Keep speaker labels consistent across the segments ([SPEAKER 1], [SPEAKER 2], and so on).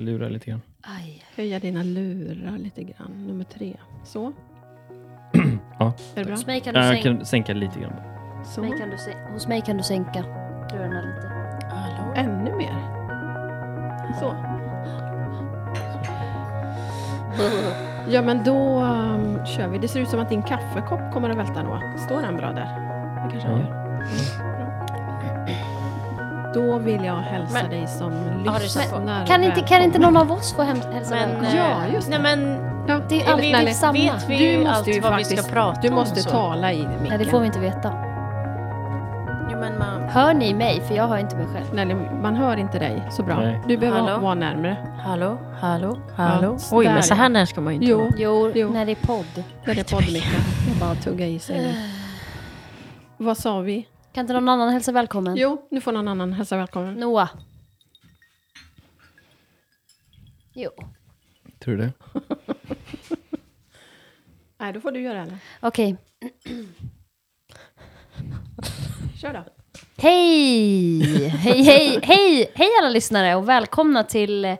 [SPEAKER 1] Lura lite grann.
[SPEAKER 2] Aj.
[SPEAKER 3] Höja dina lurar lite grann. Nummer tre. Så.
[SPEAKER 1] Ja.
[SPEAKER 3] Är det bra?
[SPEAKER 2] Hos mig kan du
[SPEAKER 1] Jag
[SPEAKER 2] sänka.
[SPEAKER 1] Äh, kan sänka lite grann.
[SPEAKER 3] Så.
[SPEAKER 2] Hos mig kan du, sä- hos mig kan du sänka lurarna lite.
[SPEAKER 3] Ännu mer. Så. Ja, men då um, kör vi. Det ser ut som att din kaffekopp kommer att välta, Noah. Står den bra där? Det kanske den
[SPEAKER 1] Ja.
[SPEAKER 3] gör. Bra. Då vill jag hälsa
[SPEAKER 4] Men-
[SPEAKER 3] dig som
[SPEAKER 4] Har du satt på?
[SPEAKER 3] lyssnar.
[SPEAKER 2] Kan inte, kan inte någon av oss få hem, hälsa
[SPEAKER 4] Men,
[SPEAKER 2] välkommen?
[SPEAKER 3] Ja,
[SPEAKER 4] eh,
[SPEAKER 3] just
[SPEAKER 4] nej, men
[SPEAKER 3] Ja,
[SPEAKER 2] Det är alltid
[SPEAKER 4] vi vet,
[SPEAKER 2] samma.
[SPEAKER 4] vet vi
[SPEAKER 3] Du
[SPEAKER 4] ju
[SPEAKER 3] måste
[SPEAKER 4] allt
[SPEAKER 3] ju
[SPEAKER 4] vad vi
[SPEAKER 3] faktiskt-
[SPEAKER 4] ska prata
[SPEAKER 3] Du
[SPEAKER 4] om
[SPEAKER 3] måste
[SPEAKER 4] och så.
[SPEAKER 3] tala i micken.
[SPEAKER 2] Nej, det får vi inte veta.
[SPEAKER 4] Jo, men man...
[SPEAKER 2] Hör ni mig? För jag hör inte mig själv.
[SPEAKER 3] Nej, man hör inte dig så bra.
[SPEAKER 1] Nej.
[SPEAKER 3] Du behöver
[SPEAKER 4] Hallå?
[SPEAKER 3] vara närmre.
[SPEAKER 4] Hallå, hallå,
[SPEAKER 3] hallå.
[SPEAKER 4] Oj,
[SPEAKER 3] Där,
[SPEAKER 4] men så
[SPEAKER 3] ja.
[SPEAKER 4] här när ska man ju inte
[SPEAKER 3] Jo.
[SPEAKER 4] vara.
[SPEAKER 2] Jo,
[SPEAKER 3] Jo.
[SPEAKER 2] när det är podd.
[SPEAKER 3] Det är poddmicken. Jag bara tugga i sig nu. Vad sa vi?
[SPEAKER 2] Kan inte någon annan hälsa välkommen?
[SPEAKER 3] Jo, nu får någon annan hälsa välkommen.
[SPEAKER 2] Noah. Jo.
[SPEAKER 1] Tror du det?
[SPEAKER 3] Nej, då får du göra det.
[SPEAKER 2] Okej.
[SPEAKER 3] Kör då.
[SPEAKER 2] Hej! Hej, hej, hej, hej alla lyssnare och välkomna till eh,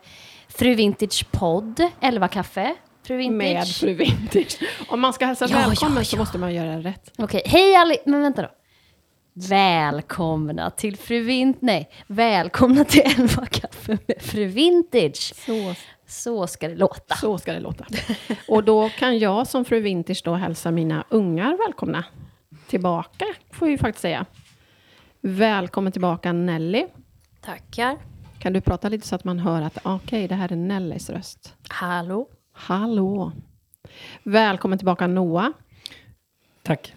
[SPEAKER 2] Fru Vintage podd, 11 kaffe. Fru
[SPEAKER 3] Med
[SPEAKER 2] Vintage.
[SPEAKER 3] Fru Vintage. Om man ska hälsa
[SPEAKER 2] Ja,
[SPEAKER 3] välkommen
[SPEAKER 2] ja,
[SPEAKER 3] så
[SPEAKER 2] ja.
[SPEAKER 3] måste man göra rätt.
[SPEAKER 2] Okej, hej alla... Men vänta då. Välkomna till Fru Vintage. Nej, välkomna till 11 kaffe med Fru Vintage.
[SPEAKER 3] Så,
[SPEAKER 2] Så ska det låta.
[SPEAKER 3] så ska det låta. Och då kan jag som Fru Vintage då hälsa mina ungar välkomna. Tillbaka, får vi faktiskt säga. Välkommen tillbaka Nelly.
[SPEAKER 4] Tackar.
[SPEAKER 3] Kan du prata lite så att man hör att ah, okej, det här är Nellys röst.
[SPEAKER 4] Hallå.
[SPEAKER 3] Hallå. Välkommen tillbaka Noah.
[SPEAKER 1] Tack.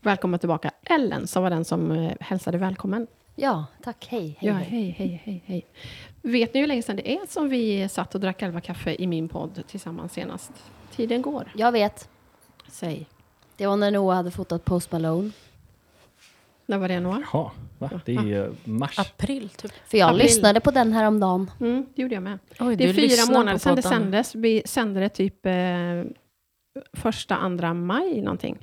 [SPEAKER 3] Välkommen tillbaka Ellen som var den som eh, hälsade välkommen.
[SPEAKER 2] Ja, tack. Hej. hej,
[SPEAKER 3] Ja,
[SPEAKER 2] hej.
[SPEAKER 3] hej, hej, hej, hej. Vet ni hur länge sedan det är som vi satt och drack elva kaffe i min podd tillsammans senast? Tiden går.
[SPEAKER 2] Jag vet.
[SPEAKER 3] Säg.
[SPEAKER 2] Det var när Noah hade fotat Post Malone.
[SPEAKER 3] När var det Noah?
[SPEAKER 1] Jaha, va? Det är eh, mars.
[SPEAKER 4] April, typ.
[SPEAKER 2] För jag
[SPEAKER 3] April.
[SPEAKER 2] lyssnade på den här om dagen.
[SPEAKER 3] Mm, det gjorde jag med.
[SPEAKER 4] Oj,
[SPEAKER 3] Det är
[SPEAKER 4] du lyssnar
[SPEAKER 3] fyra
[SPEAKER 4] på
[SPEAKER 3] månader sedan det
[SPEAKER 4] podden.
[SPEAKER 3] sändes. Vi sände det typ eh, första, andra maj någonting.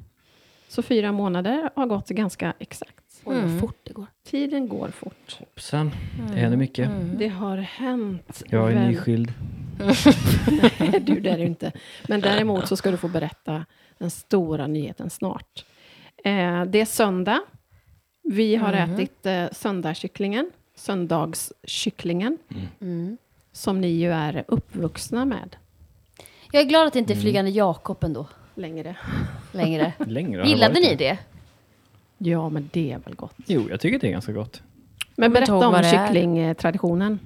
[SPEAKER 3] Så fyra månader har gått ganska exakt. Mm.
[SPEAKER 2] Oj, vad fort det går.
[SPEAKER 3] Tiden går fort.
[SPEAKER 1] Hoppsan. Det händer mycket.
[SPEAKER 4] Mm.
[SPEAKER 3] Det har hänt.
[SPEAKER 1] Jag är
[SPEAKER 3] väldigt-
[SPEAKER 1] nyskild.
[SPEAKER 3] Nej, du det är du inte. Men däremot så ska du få berätta den stora nyheten snart. Eh, det är söndag. Vi har ätit eh, söndagskycklingen, söndagskycklingen,
[SPEAKER 2] Mm.
[SPEAKER 3] som ni ju är uppvuxna med
[SPEAKER 2] Jag är glad att det inte är Flygande Jakob ändå
[SPEAKER 3] längre.
[SPEAKER 2] längre.
[SPEAKER 1] Längre har det
[SPEAKER 2] Gillade
[SPEAKER 1] varit.
[SPEAKER 2] ni det?
[SPEAKER 3] Ja, men det är väl gott.
[SPEAKER 1] Jo, jag tycker det är ganska gott.
[SPEAKER 3] Men
[SPEAKER 4] kommer inte
[SPEAKER 3] berätta
[SPEAKER 4] ihåg
[SPEAKER 3] om
[SPEAKER 4] vad det är.
[SPEAKER 3] kycklingtraditionen.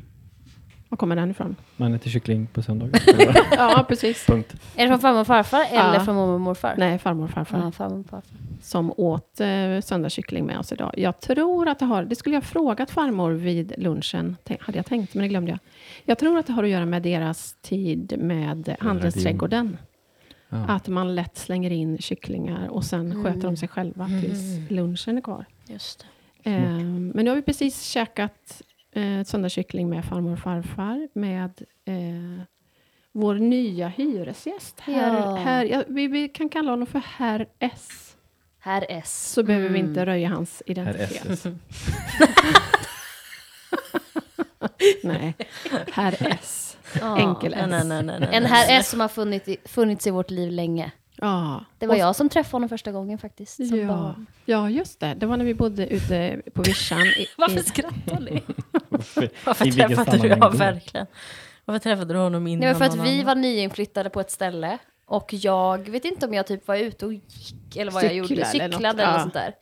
[SPEAKER 3] Var kommer den ifrån?
[SPEAKER 1] Man äter kyckling på söndagar.
[SPEAKER 3] ja, precis.
[SPEAKER 1] Punkt.
[SPEAKER 2] Är det från farmor och farfar eller
[SPEAKER 3] Ja.
[SPEAKER 2] från mormor och morfar?
[SPEAKER 3] Nej, farmor och farfar.
[SPEAKER 2] Ja, farmor och farfar.
[SPEAKER 3] som åt eh, söndagskyckling med oss idag. Jag tror att det har, det skulle jag ha frågat farmor vid lunchen, tän- hade jag tänkt, men det glömde jag. Jag tror att det har att göra med deras tid med handelsträdgården.
[SPEAKER 1] Ja.
[SPEAKER 3] Att man lätt slänger in kycklingar och sen sköter de sig själva tills lunchen är kvar.
[SPEAKER 4] Just det.
[SPEAKER 3] Eh, men nu har vi precis käkat eh, söndagskyckling med farmor och farfar, med eh, vår nya hyresgäst. Herr,
[SPEAKER 2] Ja.
[SPEAKER 3] herr, ja, vi, vi kan kalla honom för herr S
[SPEAKER 2] Herr S.
[SPEAKER 3] så behöver vi
[SPEAKER 2] Mm.
[SPEAKER 3] inte röja hans
[SPEAKER 1] Herr
[SPEAKER 3] identitet. Nej, herr S.
[SPEAKER 2] Ja.
[SPEAKER 3] Enkel
[SPEAKER 4] Nej,
[SPEAKER 3] S.
[SPEAKER 4] nej, nej, nej, nej.
[SPEAKER 2] Mm. En herr S som har funnits i, funnits i vårt liv länge.
[SPEAKER 3] Ja.
[SPEAKER 2] Det var
[SPEAKER 3] Och-
[SPEAKER 2] jag som träffade honom första gången faktiskt. Som
[SPEAKER 3] Ja.
[SPEAKER 2] barn.
[SPEAKER 3] ja, just det. Det var när vi bodde ute på vischan. I,
[SPEAKER 4] Varför
[SPEAKER 3] i,
[SPEAKER 4] skrattar ni?
[SPEAKER 1] I
[SPEAKER 4] Varför
[SPEAKER 1] vilket
[SPEAKER 4] träffade du
[SPEAKER 1] sammanhang
[SPEAKER 4] ja,
[SPEAKER 1] då?
[SPEAKER 4] verkligen? Varför träffade du honom innan
[SPEAKER 2] Det var för att
[SPEAKER 4] någon
[SPEAKER 2] vi
[SPEAKER 4] annan?
[SPEAKER 2] var nyinflyttade på ett ställe och jag vet inte om jag typ var ute och gick eller vad jag
[SPEAKER 3] Cykla
[SPEAKER 2] gjorde,
[SPEAKER 3] eller något,
[SPEAKER 2] cyklade eller
[SPEAKER 3] ja.
[SPEAKER 2] något sånt där.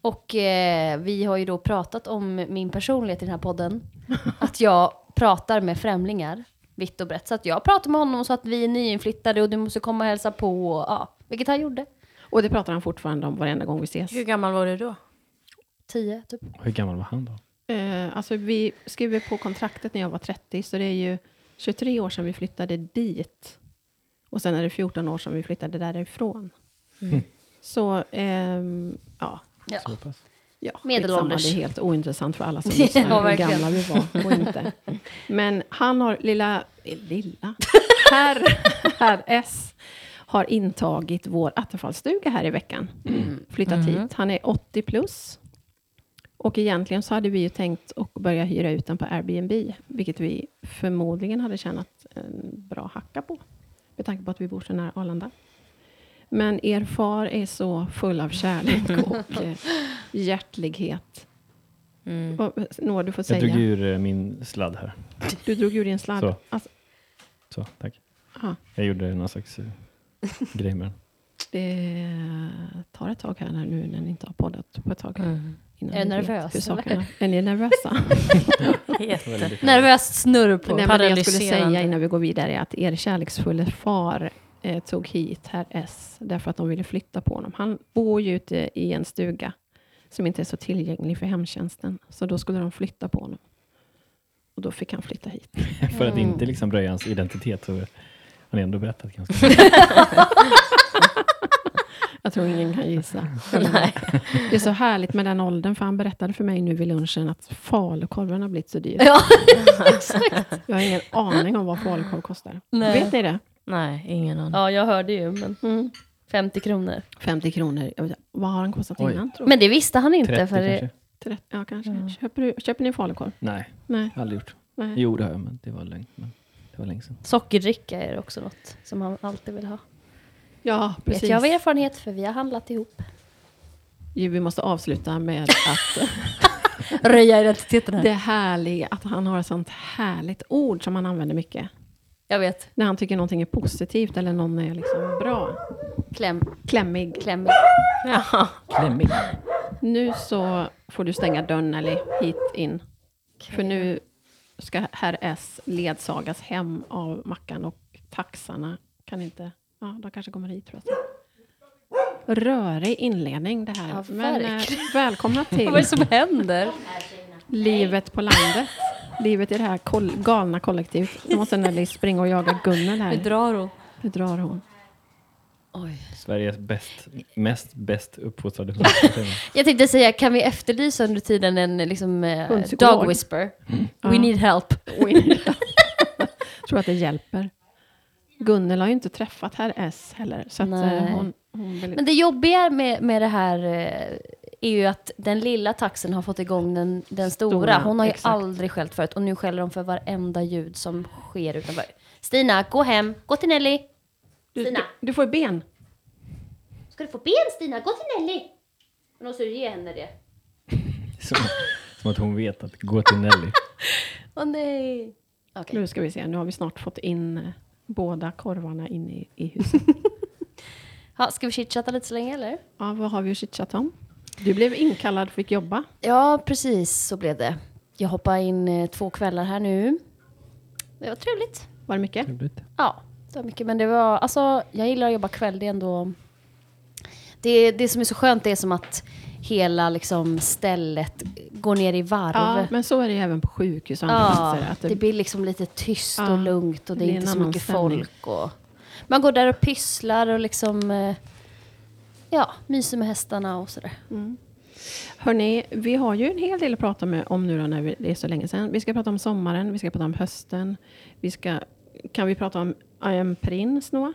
[SPEAKER 2] Och eh, vi har ju då pratat om min personlighet i den här podden. Att jag pratar med främlingar vitt och brett. Så att jag pratade med honom och sa att vi är nyinflyttade och du måste komma och hälsa på. Och, ja, vilket han gjorde.
[SPEAKER 3] och det pratar han fortfarande om varenda gång vi ses.
[SPEAKER 4] Hur gammal var du då?
[SPEAKER 2] Tio, typ.
[SPEAKER 1] Hur gammal var han då?
[SPEAKER 3] Eh, alltså, vi skrev på kontraktet när jag var 30, så det är ju 23 år sedan vi flyttade dit. Och sen är det 14 år sedan vi flyttade därifrån. Så, ehm, ja.
[SPEAKER 2] Ja.
[SPEAKER 1] Så pass.
[SPEAKER 3] Ja,
[SPEAKER 2] Medelålders.
[SPEAKER 3] skitsamma, Det är helt ointressant för alla som
[SPEAKER 2] Ja,
[SPEAKER 3] lyssnar hur
[SPEAKER 2] verkligen.
[SPEAKER 3] gamla vi var och inte. Men han har, lilla, eh, lilla, herr, herr S har intagit vår Attefallsstuga här i veckan. Flyttat hit. Han är 80 plus. Och egentligen så hade vi ju tänkt att börja hyra ut den på Airbnb, vilket vi förmodligen hade tjänat en bra hacka på, med tanke på att vi bor så nära Arlanda. Men er far är så full av kärlek och eh, hjärtlighet.
[SPEAKER 4] Mm.
[SPEAKER 3] Och, Noah, du får
[SPEAKER 1] Jag drog
[SPEAKER 3] säga.
[SPEAKER 1] ur eh, min sladd här.
[SPEAKER 3] Du drog ur din sladd.
[SPEAKER 1] Så.
[SPEAKER 3] Alltså,
[SPEAKER 1] Så, tack.
[SPEAKER 3] ja,
[SPEAKER 1] Jag gjorde någon slags eh, grej med den.
[SPEAKER 3] det tar ett tag här när- nu när ni inte har poddat på ett tag.
[SPEAKER 4] Mm.
[SPEAKER 3] Innan
[SPEAKER 2] Är du
[SPEAKER 3] ni vet
[SPEAKER 2] nervös,
[SPEAKER 3] hur
[SPEAKER 2] eller?
[SPEAKER 3] sakerna- Är ni nervösa?
[SPEAKER 4] Jätte.
[SPEAKER 2] Nervöst snurr på.
[SPEAKER 3] Nej, men det jag skulle
[SPEAKER 4] Paralyserande.
[SPEAKER 3] säga innan vi går vidare är att er kärleksfulla far eh, tog hit herr S därför att de ville flytta på honom. Han bor ju ute i en stuga som inte är så tillgänglig för hemtjänsten. Så då skulle de flytta på honom. Och då fick han flytta hit.
[SPEAKER 1] För att inte liksom röja hans identitet så har han ändå berättat ganska
[SPEAKER 3] Jag tror ingen kan gissa. Det är så härligt med den åldern, för han berättade för mig nu vid lunchen att falukorven har blivit så dyr.
[SPEAKER 2] Ja,
[SPEAKER 3] Jag har ingen aning om vad falukorv kostar.
[SPEAKER 2] Nej. Mm.
[SPEAKER 3] Vet ni det?
[SPEAKER 4] Nej, ingen aning.
[SPEAKER 2] ja, jag hörde ju. Men 50 kronor.
[SPEAKER 3] 50 kronor. Jag vet inte, Vad har den kostat
[SPEAKER 1] Oj.
[SPEAKER 3] innan? Tror jag?
[SPEAKER 2] Men det visste han inte.
[SPEAKER 1] 30
[SPEAKER 2] för det-
[SPEAKER 1] kanske?
[SPEAKER 3] Trett- Ja, kanske. Köper, du, köper ni falukorv?
[SPEAKER 1] Nej,
[SPEAKER 3] Nej.
[SPEAKER 1] aldrig gjort.
[SPEAKER 3] Nej.
[SPEAKER 1] Jo, det har jag, men det var länge, men det var länge sedan.
[SPEAKER 2] Sockerdricka är också något som han alltid vill ha.
[SPEAKER 3] Ja, precis.
[SPEAKER 2] Vet jag av erfarenhet för vi har handlat ihop.
[SPEAKER 3] Ju, Vi måste avsluta med att
[SPEAKER 2] Röja identiteten
[SPEAKER 3] det är härliga, att han har ett sånt härligt ord som han använder mycket.
[SPEAKER 2] Jag vet.
[SPEAKER 3] När han tycker någonting är positivt eller någon är liksom bra.
[SPEAKER 2] Kläm.
[SPEAKER 3] Klämmig.
[SPEAKER 2] Kläm.
[SPEAKER 4] Ja.
[SPEAKER 1] Klemmig.
[SPEAKER 3] Nu så får du stänga dörren eller hit in. För nu ska herr S ledsagas hem av Mackan och taxarna kan inte... Ja, de kanske kommer hit tror jag. Rörig inledning det här.
[SPEAKER 2] Ja,
[SPEAKER 3] eh,
[SPEAKER 2] verkligen.
[SPEAKER 3] välkomna till...
[SPEAKER 2] Vad är det som händer?
[SPEAKER 3] Livet på landet. Livet i det här koll- galna kollektivet. Nu måste Nelly springa och jaga Gunnel här.
[SPEAKER 2] drar hon.
[SPEAKER 3] Nu drar hon.
[SPEAKER 2] Oj.
[SPEAKER 1] Sveriges bäst, mest bäst uppfostrade hundar.
[SPEAKER 2] Jag tänkte säga, kan vi efterlysa under tiden en liksom, eh,
[SPEAKER 3] Hundpsykolog.
[SPEAKER 2] dog whisper? We
[SPEAKER 3] Ja.
[SPEAKER 2] need help.
[SPEAKER 3] Tror att det hjälper. Gunnel har ju inte träffat herr S heller. Så att eh,
[SPEAKER 2] Nej.
[SPEAKER 3] hon, hon vill...
[SPEAKER 2] Men det jobbiga med, med det här eh, är ju att den lilla taxen har fått igång den, den stora.
[SPEAKER 3] Stora,
[SPEAKER 2] Hon har ju
[SPEAKER 3] exakt.
[SPEAKER 2] aldrig skällt förut och nu skäller de för varenda ljud som sker utanför. Stina, gå hem. Gå till Nelly.
[SPEAKER 3] du,
[SPEAKER 2] Stina.
[SPEAKER 3] du, du får ben.
[SPEAKER 2] Ska du få ben Stina? Gå till Nelly. Men då måste du ge henne det.
[SPEAKER 1] som, som att hon vet att gå till Nelly.
[SPEAKER 2] Åh nej. Okej.
[SPEAKER 3] Nu ska vi se. Nu har vi snart fått in eh, båda korvarna in i, i huset.
[SPEAKER 2] Ha, ska vi chitchatta lite så länge eller?
[SPEAKER 3] Ja, vad har vi att chitchatta om? Du blev inkallad och fick jobba.
[SPEAKER 2] Ja, precis så blev det. Jag hoppade in eh, två kvällar här nu. Det var trevligt.
[SPEAKER 3] Var det mycket?
[SPEAKER 1] Trevligt.
[SPEAKER 2] Ja, det var mycket. Men det var, alltså, jag gillar att jobba kväll. Det är ändå... Det, det som är så skönt det är som att hela liksom, stället går ner i varv.
[SPEAKER 3] Ja, men så är det ju även på sjukhus och andra
[SPEAKER 2] Ja,
[SPEAKER 3] platser. Att
[SPEAKER 2] det,
[SPEAKER 3] det,
[SPEAKER 2] blir liksom lite tyst
[SPEAKER 3] Ja,
[SPEAKER 2] och lugnt och det är
[SPEAKER 3] det är
[SPEAKER 2] inte
[SPEAKER 3] en
[SPEAKER 2] så
[SPEAKER 3] annan
[SPEAKER 2] mycket
[SPEAKER 3] stämning.
[SPEAKER 2] folk. Och, man går där och pysslar och liksom... eh, Ja, myser med hästarna och sådär.
[SPEAKER 3] Hörni, vi har ju en hel del att prata med om nu då när vi- det är så länge sedan. Vi ska prata om sommaren, vi ska prata om hösten. Vi ska, kan vi prata om I am prins, Noah?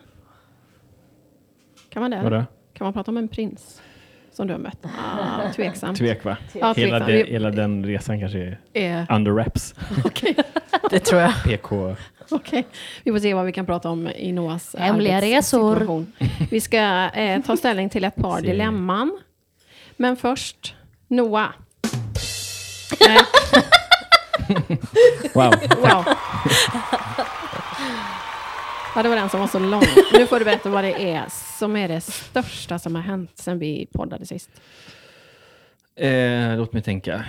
[SPEAKER 3] Kan man det?
[SPEAKER 1] Vadå?
[SPEAKER 3] Kan man prata om en prins som du har mött? Ah, tveksam.
[SPEAKER 1] Tvek va?
[SPEAKER 3] Ja,
[SPEAKER 1] Hela,
[SPEAKER 3] tveksam.
[SPEAKER 1] de,
[SPEAKER 3] Vi-
[SPEAKER 1] hela den resan kanske är
[SPEAKER 3] Eh,
[SPEAKER 1] under wraps.
[SPEAKER 3] Okej,
[SPEAKER 4] Det tror jag.
[SPEAKER 1] PK.
[SPEAKER 3] okej. vi får se vad vi kan prata om i Noahs
[SPEAKER 2] Hemliga
[SPEAKER 3] arbetssituation.
[SPEAKER 2] resor.
[SPEAKER 3] Vi ska eh, ta ställning till ett par
[SPEAKER 1] Se.
[SPEAKER 3] dilemman. Men först, Noah. Eh,
[SPEAKER 1] Wow.
[SPEAKER 3] Wow. Ja, det var den som var så lång. Nu får du berätta vad det är som är det största som har hänt sen vi poddade sist.
[SPEAKER 1] Eh, låt mig tänka.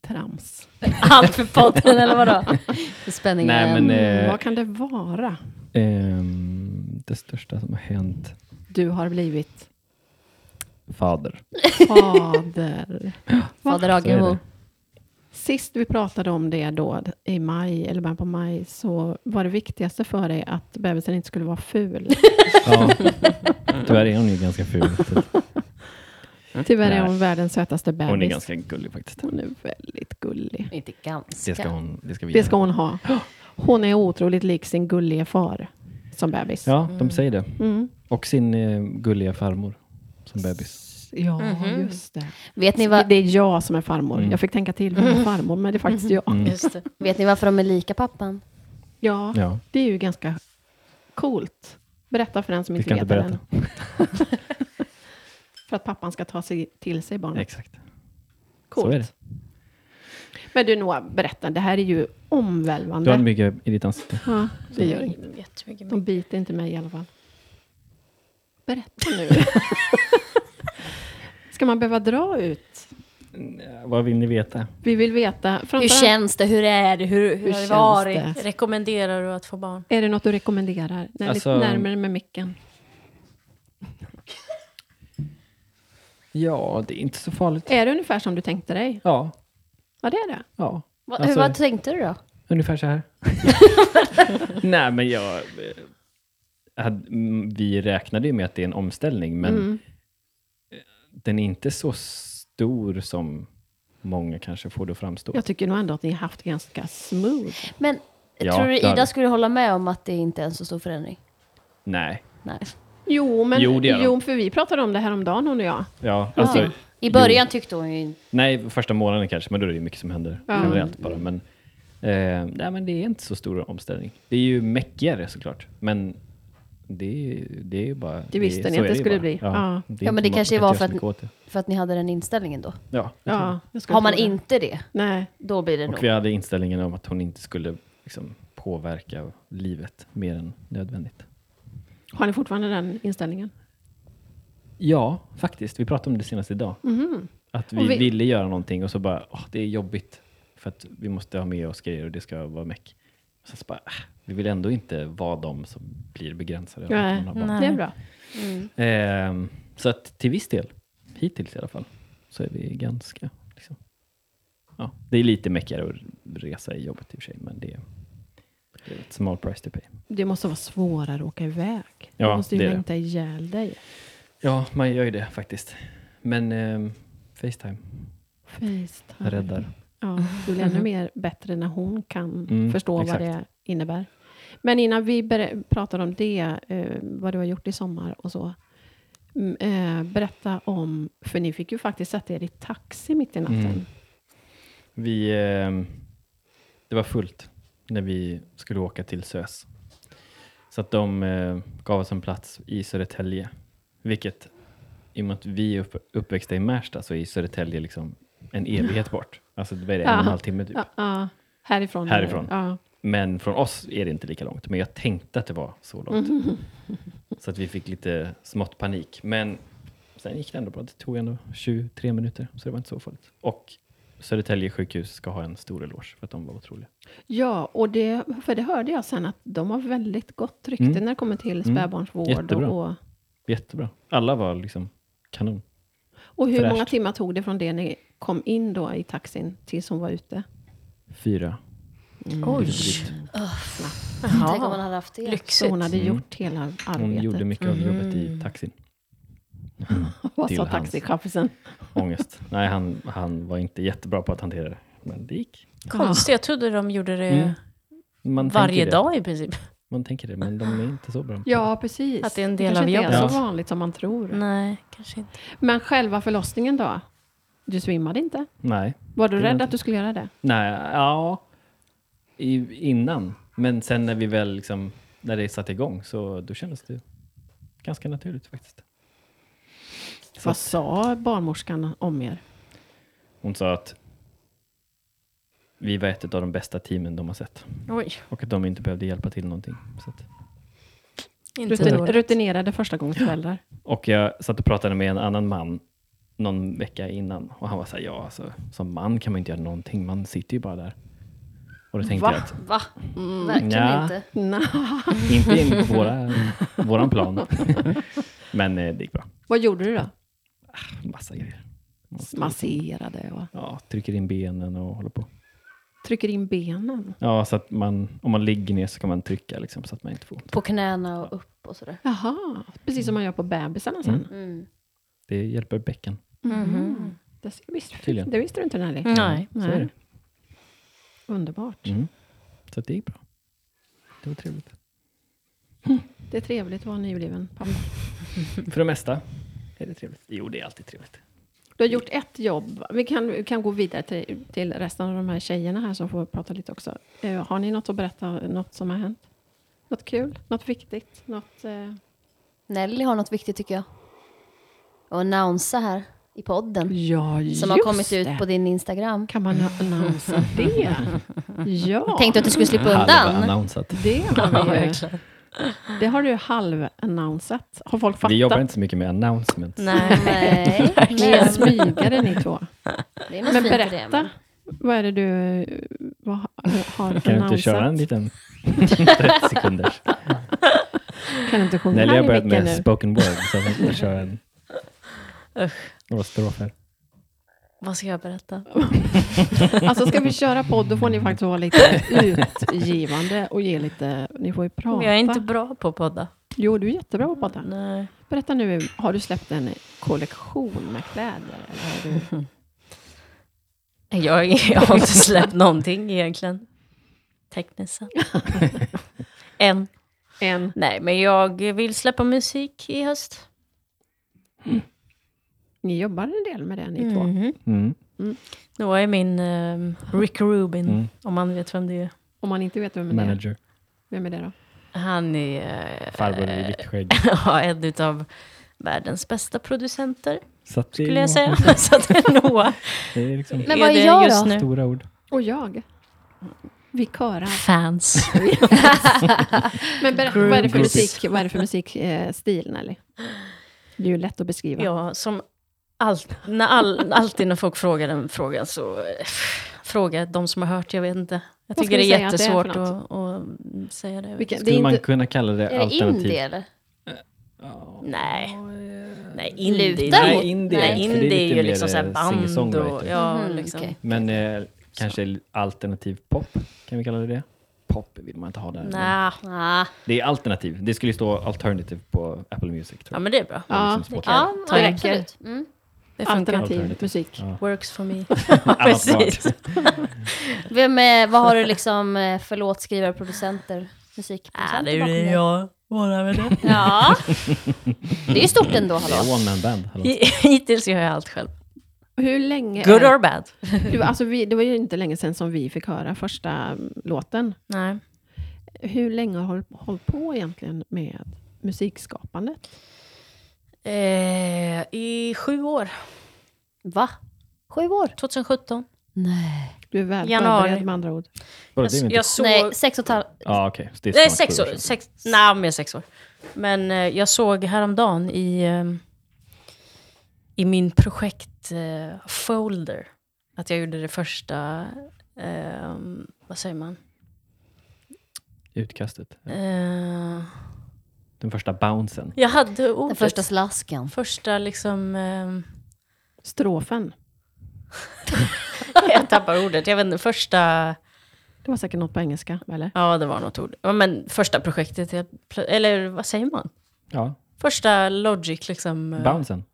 [SPEAKER 3] Trams.
[SPEAKER 2] Allt för podden eller vadå? För Spänningen.
[SPEAKER 1] Nej, men, eh,
[SPEAKER 3] Mm, Vad kan det vara?
[SPEAKER 1] ehm, det största som har hänt.
[SPEAKER 3] Du har blivit
[SPEAKER 1] Fader.
[SPEAKER 3] fader.
[SPEAKER 2] Fader
[SPEAKER 1] Så är
[SPEAKER 2] Agemo.
[SPEAKER 1] det.
[SPEAKER 3] Sist vi pratade om det då, i maj, eller början på maj, så var det viktigaste för dig att bebisen inte skulle vara ful.
[SPEAKER 1] Ja. Tyvärr är hon ju ganska ful. så att-
[SPEAKER 3] Tyvärr är
[SPEAKER 1] Mm. Nej.
[SPEAKER 3] hon världens sötaste bebis.
[SPEAKER 1] Hon är ganska gullig faktiskt.
[SPEAKER 3] hon är väldigt gullig.
[SPEAKER 2] Inte ganska.
[SPEAKER 1] Det ska, hon, det ska vi
[SPEAKER 3] Det
[SPEAKER 1] göra.
[SPEAKER 3] ska hon ha. Hon är otroligt lik sin gulliga far som bebis.
[SPEAKER 1] Ja, de säger det.
[SPEAKER 3] Mm.
[SPEAKER 1] Och sin eh, gulliga farmor som bebis.
[SPEAKER 3] Yes, ja,
[SPEAKER 4] Mhm.
[SPEAKER 3] just det.
[SPEAKER 2] Vet ni,
[SPEAKER 3] Det
[SPEAKER 2] vad,
[SPEAKER 3] är jag som är farmor.
[SPEAKER 1] Mm.
[SPEAKER 3] Jag fick tänka till, vem är farmor? Men det är faktiskt jag.
[SPEAKER 1] Mm.
[SPEAKER 4] Just det.
[SPEAKER 2] vet ni varför de är lika pappan?
[SPEAKER 3] Ja,
[SPEAKER 1] Ja,
[SPEAKER 3] det är ju ganska coolt. Berätta för den som
[SPEAKER 1] vi
[SPEAKER 3] inte
[SPEAKER 1] kan
[SPEAKER 3] vet
[SPEAKER 1] inte
[SPEAKER 3] det
[SPEAKER 1] berätta.
[SPEAKER 3] än. För att pappan ska ta sig till sig barnet.
[SPEAKER 1] Exakt. Så är
[SPEAKER 3] Mm. Coolt.
[SPEAKER 1] det.
[SPEAKER 3] Men du Noah, berätta. Det här är ju
[SPEAKER 1] Du
[SPEAKER 3] omvälvande.
[SPEAKER 1] har en mygga i ditt ansikte.
[SPEAKER 3] Ja, det gör inget.
[SPEAKER 4] Jättemycket
[SPEAKER 3] De
[SPEAKER 4] mer.
[SPEAKER 3] biter inte mig i alla fall. Berätta nu. Ska man behöva dra ut?
[SPEAKER 1] Vad vill ni veta?
[SPEAKER 3] Vi vill veta.
[SPEAKER 2] Hur
[SPEAKER 3] framförallt-
[SPEAKER 2] känns det? Hur är det? Hur, hur,
[SPEAKER 3] Hur
[SPEAKER 2] har det
[SPEAKER 3] känns
[SPEAKER 2] varit?
[SPEAKER 3] det?
[SPEAKER 4] Rekommenderar du att få barn?
[SPEAKER 3] Är det något du rekommenderar? Nej,
[SPEAKER 1] Alltså-
[SPEAKER 3] lite närmare med micken.
[SPEAKER 1] Ja, det är inte så farligt.
[SPEAKER 3] Är det ungefär som du tänkte dig?
[SPEAKER 1] Ja,
[SPEAKER 3] Ja, det är det.
[SPEAKER 1] ja.
[SPEAKER 2] Va,
[SPEAKER 1] Alltså-
[SPEAKER 2] hur, vad tänkte du då?
[SPEAKER 1] Ungefär så här. Nej, men jag... eh, hade- mm, Vi räknade ju med att det är en omställning, men
[SPEAKER 3] Mm.
[SPEAKER 1] eh, den är inte så stor som många kanske får det att framstå.
[SPEAKER 3] Jag tycker nog ändå att ni har haft ganska smooth.
[SPEAKER 2] Men
[SPEAKER 1] Ja,
[SPEAKER 2] tror du
[SPEAKER 1] det har
[SPEAKER 2] Ida
[SPEAKER 1] vi.
[SPEAKER 2] skulle hålla med om att det inte är en så stor förändring?
[SPEAKER 1] Nej,
[SPEAKER 2] Nej.
[SPEAKER 3] Jo, men,
[SPEAKER 1] Jo,
[SPEAKER 3] jo,
[SPEAKER 1] det är de.
[SPEAKER 3] för vi pratade om det här om dagen hon och jag.
[SPEAKER 1] ja, alltså,
[SPEAKER 2] Ja. I början tyckte hon ju inte...
[SPEAKER 1] nej, första månaden kanske, men då är det ju mycket som händer
[SPEAKER 3] Ja.
[SPEAKER 1] generellt bara. Men, eh, nej, men det är inte så stor omställning. Det är ju mäckigare såklart, men det är ju det är ju bara...
[SPEAKER 3] Det visste
[SPEAKER 1] är-
[SPEAKER 3] ni
[SPEAKER 1] så
[SPEAKER 3] att
[SPEAKER 1] är
[SPEAKER 3] det
[SPEAKER 1] ju
[SPEAKER 3] skulle
[SPEAKER 1] bara.
[SPEAKER 3] bli. Ja.
[SPEAKER 1] det är
[SPEAKER 2] Ja, men
[SPEAKER 1] inte-
[SPEAKER 2] det
[SPEAKER 1] man
[SPEAKER 2] kanske
[SPEAKER 1] kan
[SPEAKER 2] var
[SPEAKER 1] inte göra
[SPEAKER 2] för
[SPEAKER 1] så
[SPEAKER 2] att-
[SPEAKER 1] mycket åt det.
[SPEAKER 2] För att ni hade den inställningen då.
[SPEAKER 1] Ja, jag tror det.
[SPEAKER 3] Ja, jag skulle
[SPEAKER 2] Har man
[SPEAKER 3] tro det.
[SPEAKER 2] inte det,
[SPEAKER 3] Nej.
[SPEAKER 2] då blir det nog...
[SPEAKER 1] Och vi hade inställningen om att hon inte skulle liksom, påverka livet mer än nödvändigt.
[SPEAKER 3] Har ni fortfarande den inställningen?
[SPEAKER 1] Ja, faktiskt. Vi pratade om det senast idag. Att vi,
[SPEAKER 3] Mhm. Och vi-
[SPEAKER 1] ville göra någonting och så bara, åh, det är jobbigt. För att vi måste ha med oss grejer och det ska vara meck. Och Sen så bara, "Ah, vi vill ändå inte vara de som blir begränsade. av
[SPEAKER 3] Nej.
[SPEAKER 1] att man har barn."
[SPEAKER 4] Nej.
[SPEAKER 3] Det är bra.
[SPEAKER 1] Ehm, så att till viss del, hittills i alla fall, så är vi ganska... Liksom, ja, det är lite meckigare att resa i jobbet i och för sig, men det är, det är ett small price to pay.
[SPEAKER 3] Det måste vara svårare att åka iväg.
[SPEAKER 1] Ja,
[SPEAKER 3] du måste
[SPEAKER 1] det är
[SPEAKER 3] ju
[SPEAKER 1] det.
[SPEAKER 3] längta ihjäl dig.
[SPEAKER 1] Ja, man gör ju det faktiskt. Men ehm, Facetime
[SPEAKER 3] Facetime.
[SPEAKER 1] räddar.
[SPEAKER 3] Ja, det blir ännu mer bättre när hon kan
[SPEAKER 1] Mm,
[SPEAKER 3] förstå
[SPEAKER 1] exakt.
[SPEAKER 3] vad det innebär. Men innan vi ber- pratar om det, eh, vad du har gjort i sommar och så. Mm, eh, berätta om, för ni fick ju faktiskt sätta er i taxi mitt i natten.
[SPEAKER 1] Mm. Vi, ehm, det var fullt när vi skulle åka till SÖS. Så att de eh, gav oss en plats i Södertälje. Vilket, i och med att vi är upp, uppväxta i Märsta så är Södertälje liksom en evighet bort. Alltså det var en och en
[SPEAKER 3] Ja.
[SPEAKER 1] halv timme typ.
[SPEAKER 3] Ja, ja. härifrån. eller?
[SPEAKER 1] Härifrån.
[SPEAKER 3] Ja.
[SPEAKER 1] Men från oss är det inte lika långt. Men jag tänkte att det var så långt.
[SPEAKER 3] Mm.
[SPEAKER 1] Så att vi fick lite smått panik. Men sen gick det ändå bra. Det tog ändå 23 minuter, så det var inte så farligt. Och Södertälje sjukhus ska ha en stor eloge för att de var otroliga.
[SPEAKER 3] ja, och det, för det hörde jag sen att de har väldigt gott rykte
[SPEAKER 1] Mm.
[SPEAKER 3] när det kommer till
[SPEAKER 1] Mm.
[SPEAKER 3] spädbarnsvård.
[SPEAKER 1] Jättebra.
[SPEAKER 3] Och,
[SPEAKER 1] Jättebra. Alla var liksom kanon.
[SPEAKER 3] och hur
[SPEAKER 1] Fräscht.
[SPEAKER 3] många timmar tog det från det ni kom in då i taxin tills hon var ute?
[SPEAKER 1] Fyra. Liksom,
[SPEAKER 4] Oj.
[SPEAKER 2] Tänk om man
[SPEAKER 4] Jaha.
[SPEAKER 2] hade haft det.
[SPEAKER 3] Så
[SPEAKER 4] Lyxigt.
[SPEAKER 3] hon hade
[SPEAKER 1] Mm.
[SPEAKER 3] gjort hela arbetet.
[SPEAKER 1] Hon gjorde mycket av jobbet i
[SPEAKER 4] Mhm.
[SPEAKER 1] taxin.
[SPEAKER 3] Vad
[SPEAKER 1] till
[SPEAKER 3] sa
[SPEAKER 1] hans.
[SPEAKER 3] taxichauffören?
[SPEAKER 1] Ångest. Nej, han, han var inte jättebra på att hantera det. Men det gick.
[SPEAKER 4] Konstigt, jag trodde de gjorde det
[SPEAKER 1] Mm. Man tänker
[SPEAKER 4] varje
[SPEAKER 1] det.
[SPEAKER 4] dag i princip.
[SPEAKER 1] Man tänker det, men de är inte så bra. på det.
[SPEAKER 3] Ja, precis.
[SPEAKER 4] Att det är en del
[SPEAKER 3] kanske
[SPEAKER 4] av
[SPEAKER 3] inte är
[SPEAKER 1] jobbet.
[SPEAKER 3] så vanligt som man tror.
[SPEAKER 4] Nej, kanske inte.
[SPEAKER 3] Mm. Men själva förlossningen då? Du svimmade inte?
[SPEAKER 1] Nej.
[SPEAKER 3] Var du
[SPEAKER 1] Det var
[SPEAKER 3] rädd
[SPEAKER 1] inte.
[SPEAKER 3] att du skulle göra det?
[SPEAKER 1] Nej, ja. I, innan. Men sen när vi väl liksom, när det satte igång så då kändes det ganska naturligt faktiskt. Så
[SPEAKER 3] Vad
[SPEAKER 1] att
[SPEAKER 3] sa barnmorskan om er?
[SPEAKER 1] hon sa att vi var ett av de bästa teamen de har sett
[SPEAKER 4] Oj,
[SPEAKER 1] och att de inte behövde hjälpa till någonting. Så att,
[SPEAKER 4] inte
[SPEAKER 3] Rutin,
[SPEAKER 4] dåligt.
[SPEAKER 3] rutinerade första gången föräldrar.
[SPEAKER 1] och jag satt och pratade med en annan man någon vecka innan och han var så här, ja alltså, som man kan man inte göra någonting, man sitter ju bara där. Och då tänkte
[SPEAKER 3] Va?
[SPEAKER 1] jag att,
[SPEAKER 2] Va? Verkligen
[SPEAKER 1] Nja.
[SPEAKER 2] inte.
[SPEAKER 3] Nej.
[SPEAKER 1] inte enligt våra, våran plan. Men eh, det gick bra.
[SPEAKER 3] Vad gjorde du då?
[SPEAKER 1] Massa grejer.
[SPEAKER 3] Masserade och
[SPEAKER 1] Ja, trycker in benen och håller på.
[SPEAKER 3] trycker in benen.
[SPEAKER 1] Ja, så att man, om man ligger ner så kan man trycka liksom, så att man inte får ont.
[SPEAKER 2] På knäna och upp och sådär.
[SPEAKER 3] Jaha, precis som man gör på bebisarna sen. Mm.
[SPEAKER 1] Mm.
[SPEAKER 2] Mm.
[SPEAKER 1] Det hjälper bäcken.
[SPEAKER 3] Mhm. Det, visste,
[SPEAKER 1] Mm. Tydligen.
[SPEAKER 3] det visste du inte Nelly.
[SPEAKER 4] Nej.
[SPEAKER 1] Så är
[SPEAKER 3] Nej. Underbart.
[SPEAKER 1] det. Mm. Så att det gick bra. Det var trevligt.
[SPEAKER 3] Det är trevligt att vara nybliven pappa.
[SPEAKER 1] För det mesta. Är det trevligt? Jo, det är alltid trevligt.
[SPEAKER 3] Du har gjort ett jobb. Vi kan, vi kan gå vidare till, till resten av de här tjejerna här som får prata lite också. Eh, har ni något att berätta, något som har hänt? Något kul? Något viktigt? Något, eh,
[SPEAKER 2] Nelly har något viktigt tycker jag. Och annonsa här i podden.
[SPEAKER 3] ja, just
[SPEAKER 2] Som har kommit
[SPEAKER 3] det.
[SPEAKER 2] ut på din Instagram.
[SPEAKER 3] Kan man annonsera det? ja,
[SPEAKER 2] Tänkte att du skulle slippa
[SPEAKER 1] Halva
[SPEAKER 2] undan.
[SPEAKER 1] annonsat.
[SPEAKER 3] det har vi ju. Det har du halvannonsat. Har folk fattat?
[SPEAKER 1] Vi jobbar inte så mycket med announcements.
[SPEAKER 4] Nej.
[SPEAKER 2] Nej,
[SPEAKER 3] Ni är
[SPEAKER 2] men
[SPEAKER 3] smygare ni två.
[SPEAKER 2] det är något
[SPEAKER 3] Men
[SPEAKER 2] fint i det,
[SPEAKER 3] berätta. Vad är det du eh, vad har har annonsat?
[SPEAKER 1] Kan du inte köra en liten 30 sekunder?
[SPEAKER 3] Kan du inte sjunga
[SPEAKER 1] Nelly
[SPEAKER 3] här
[SPEAKER 1] har
[SPEAKER 3] i
[SPEAKER 1] börjat
[SPEAKER 3] veckan
[SPEAKER 1] med
[SPEAKER 3] nu?
[SPEAKER 1] spoken word, så vi ska köra en... Några strofer.
[SPEAKER 4] Vad ska jag berätta?
[SPEAKER 3] Alltså ska vi köra podd, då får ni faktiskt vara lite utgivande och ge lite, ni får ju prata.
[SPEAKER 4] Jag är inte bra på att podda.
[SPEAKER 3] Jo, du är jättebra på att podda.
[SPEAKER 4] Nej.
[SPEAKER 3] Berätta nu, har du släppt en kollektion med kläder? Eller har du...
[SPEAKER 4] Jag, jag har inte släppt någonting egentligen. Tekniskt sett. Än.
[SPEAKER 3] En.
[SPEAKER 4] Nej, men jag vill släppa musik i höst.
[SPEAKER 3] Ni jobbar en del med det ni två.
[SPEAKER 1] Mm.
[SPEAKER 4] Då är min ehm, Rick Rubin,
[SPEAKER 1] Mm.
[SPEAKER 4] om man vet vem det är.
[SPEAKER 3] Om man inte vet vem det är,
[SPEAKER 1] Manager.
[SPEAKER 3] vem är det då?
[SPEAKER 4] Han är eh,
[SPEAKER 1] Farbror i vitt skägg.
[SPEAKER 4] ja, en utav världens bästa producenter,
[SPEAKER 1] Så att det,
[SPEAKER 4] skulle jag
[SPEAKER 1] är-
[SPEAKER 4] säga. Så att det är Noah.
[SPEAKER 1] det är liksom
[SPEAKER 2] Men
[SPEAKER 4] är
[SPEAKER 2] vad
[SPEAKER 4] det
[SPEAKER 2] gör då?
[SPEAKER 4] just nu.
[SPEAKER 1] stora ord.
[SPEAKER 3] Och jag. Vi körar.
[SPEAKER 4] Fans.
[SPEAKER 3] Men berätta, vad är det för
[SPEAKER 1] Groupies.
[SPEAKER 3] musik, vad är det för musikstil Nelly? Det är ju lätt att beskriva.
[SPEAKER 4] Ja, som all, när all, alltid när folk frågar den frågan så eh, fråga de som har hört, jag vet inte. Jag
[SPEAKER 3] Vad
[SPEAKER 4] tycker
[SPEAKER 3] ska
[SPEAKER 4] det
[SPEAKER 3] vi
[SPEAKER 4] är
[SPEAKER 3] säga att det är
[SPEAKER 4] jättesvårt
[SPEAKER 3] för
[SPEAKER 4] att, att säga det.
[SPEAKER 3] Vilka, det
[SPEAKER 1] Skulle
[SPEAKER 3] är
[SPEAKER 1] man
[SPEAKER 3] inte,
[SPEAKER 1] kunna kalla det
[SPEAKER 2] Är det
[SPEAKER 1] alternativ?
[SPEAKER 2] indie eller?
[SPEAKER 4] Nej. Nej, indie.
[SPEAKER 2] Luta
[SPEAKER 1] Nej,
[SPEAKER 2] mot-
[SPEAKER 1] indie.
[SPEAKER 4] Nej,
[SPEAKER 1] för det
[SPEAKER 4] indie är
[SPEAKER 1] lite
[SPEAKER 4] ju
[SPEAKER 1] mer,
[SPEAKER 4] liksom
[SPEAKER 1] eh,
[SPEAKER 4] såhär band och...
[SPEAKER 1] singer-songwriter.
[SPEAKER 4] Ja,
[SPEAKER 3] Mm-hmm,
[SPEAKER 2] Mhm,
[SPEAKER 4] liksom.
[SPEAKER 2] okej.
[SPEAKER 1] Men eh, kanske alternativ pop, kan vi kalla det det? Pop vill man inte ha där.
[SPEAKER 4] Nja,
[SPEAKER 2] Ah,
[SPEAKER 1] Det är alternativ. Det skulle ju stå alternative på Apple Music. Tror
[SPEAKER 4] ja
[SPEAKER 1] jag.
[SPEAKER 4] men det är bra.
[SPEAKER 3] Ja,
[SPEAKER 1] Liksom Spotify.
[SPEAKER 2] ja,
[SPEAKER 4] Ta
[SPEAKER 2] ja,
[SPEAKER 4] in.
[SPEAKER 2] absolut. Mm.
[SPEAKER 4] Det funkar. Ah,
[SPEAKER 3] alternativ
[SPEAKER 1] Alternativ.
[SPEAKER 3] musik.
[SPEAKER 4] Works for me.
[SPEAKER 1] Annat
[SPEAKER 4] Precis.
[SPEAKER 1] smart.
[SPEAKER 2] Vem, eh, vad har du liksom eh, för låtskrivare, producenter, musikproducenter
[SPEAKER 4] Ja, det är ju
[SPEAKER 2] bakom
[SPEAKER 4] det
[SPEAKER 2] dig?
[SPEAKER 4] jag vårar med det.
[SPEAKER 2] Ja. Det är ju stort ändå,
[SPEAKER 1] Det är
[SPEAKER 2] hallå.
[SPEAKER 1] one man band. hallå.
[SPEAKER 4] Hittills gör jag allt själv.
[SPEAKER 3] Hur länge
[SPEAKER 4] Good
[SPEAKER 3] är,
[SPEAKER 4] or bad.
[SPEAKER 3] du, alltså vi, Det var ju inte länge sedan som vi fick höra första mm, låten.
[SPEAKER 4] Nej.
[SPEAKER 3] Hur länge har du hållit på egentligen med musikskapandet?
[SPEAKER 4] Eh, I sju år.
[SPEAKER 2] Va? Sju år?
[SPEAKER 4] 2017.
[SPEAKER 2] Nej.
[SPEAKER 3] Du är väl
[SPEAKER 4] Januari.
[SPEAKER 3] förberedd med andra ord.
[SPEAKER 1] Vadå,
[SPEAKER 4] Jag,
[SPEAKER 1] det är väl inte...
[SPEAKER 4] jag såg...
[SPEAKER 2] Nej, sex och ett halvt.
[SPEAKER 1] Ja, okej. Så Det
[SPEAKER 4] Nej,
[SPEAKER 1] snart
[SPEAKER 4] sex
[SPEAKER 1] sju
[SPEAKER 4] år.
[SPEAKER 1] sedan.
[SPEAKER 4] Sex, nej, mer sex år. Men eh, jag såg häromdagen i, eh, i min projektfolder eh, folder att jag gjorde det första, eh, vad säger man?
[SPEAKER 1] Utkastet.
[SPEAKER 4] Eh,
[SPEAKER 1] Den första bouncen.
[SPEAKER 4] jag hade
[SPEAKER 2] Den
[SPEAKER 4] ordet.
[SPEAKER 2] första slaskan.
[SPEAKER 4] första liksom,
[SPEAKER 2] ehm,
[SPEAKER 4] eh,
[SPEAKER 3] Strofen.
[SPEAKER 4] jag tappar ordet, jag vet inte, första,
[SPEAKER 3] Det var säkert något på engelska, eller?
[SPEAKER 4] ja det var något ord. Ja, Men första projektet, jag, plö- eller vad säger man?
[SPEAKER 1] Ja,
[SPEAKER 4] Första Logic liksom. eh,
[SPEAKER 1] bouncen.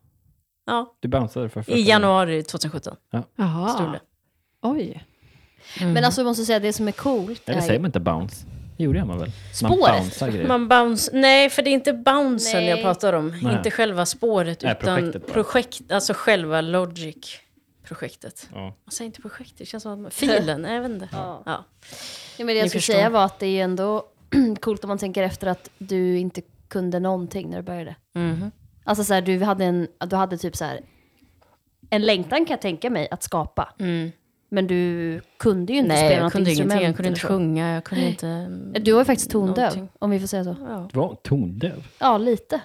[SPEAKER 4] Ja,
[SPEAKER 1] Du bounceade för första Ah.
[SPEAKER 4] i januari 2017 stod
[SPEAKER 3] Jaha.
[SPEAKER 4] det.
[SPEAKER 3] Oj.
[SPEAKER 2] Men alltså, jag måste säga, det som är coolt
[SPEAKER 1] Eller
[SPEAKER 2] är
[SPEAKER 1] säger
[SPEAKER 2] ju...
[SPEAKER 1] man inte bounce? Det gjorde man väl? Man
[SPEAKER 2] Spåret.
[SPEAKER 1] bouncear grejer.
[SPEAKER 4] Man bounce, nej, för det är inte bouncen
[SPEAKER 2] Nej.
[SPEAKER 4] jag pratar om.
[SPEAKER 1] Nej.
[SPEAKER 4] Inte själva spåret,
[SPEAKER 1] Nej,
[SPEAKER 4] utan
[SPEAKER 1] projektet bara.
[SPEAKER 4] projekt, alltså själva Logic-projektet.
[SPEAKER 1] Ja.
[SPEAKER 4] Jag säger inte projektet, det känns som att filen, nej, jag vet inte.
[SPEAKER 2] Ja.
[SPEAKER 4] Ja.
[SPEAKER 2] Ja, men det jag
[SPEAKER 4] Ni
[SPEAKER 2] skulle
[SPEAKER 4] förstår.
[SPEAKER 2] säga var att det är ändå coolt om man tänker efter att du inte kunde någonting när du började. Alltså så här, du hade en, du hade typ så här, en längtan kan jag tänka mig att skapa. Men du kunde ju inte
[SPEAKER 4] Mm. Nej,
[SPEAKER 2] spela
[SPEAKER 4] jag
[SPEAKER 2] något
[SPEAKER 4] kunde
[SPEAKER 2] instrument.
[SPEAKER 4] ingenting, jag kunde inte
[SPEAKER 2] eller så.
[SPEAKER 4] sjunga, jag kunde inte...
[SPEAKER 2] Du var ju faktiskt tondöv,
[SPEAKER 4] Någonting.
[SPEAKER 2] om vi får säga så.
[SPEAKER 4] Ja.
[SPEAKER 1] Du var tondöv.
[SPEAKER 2] Ja, lite.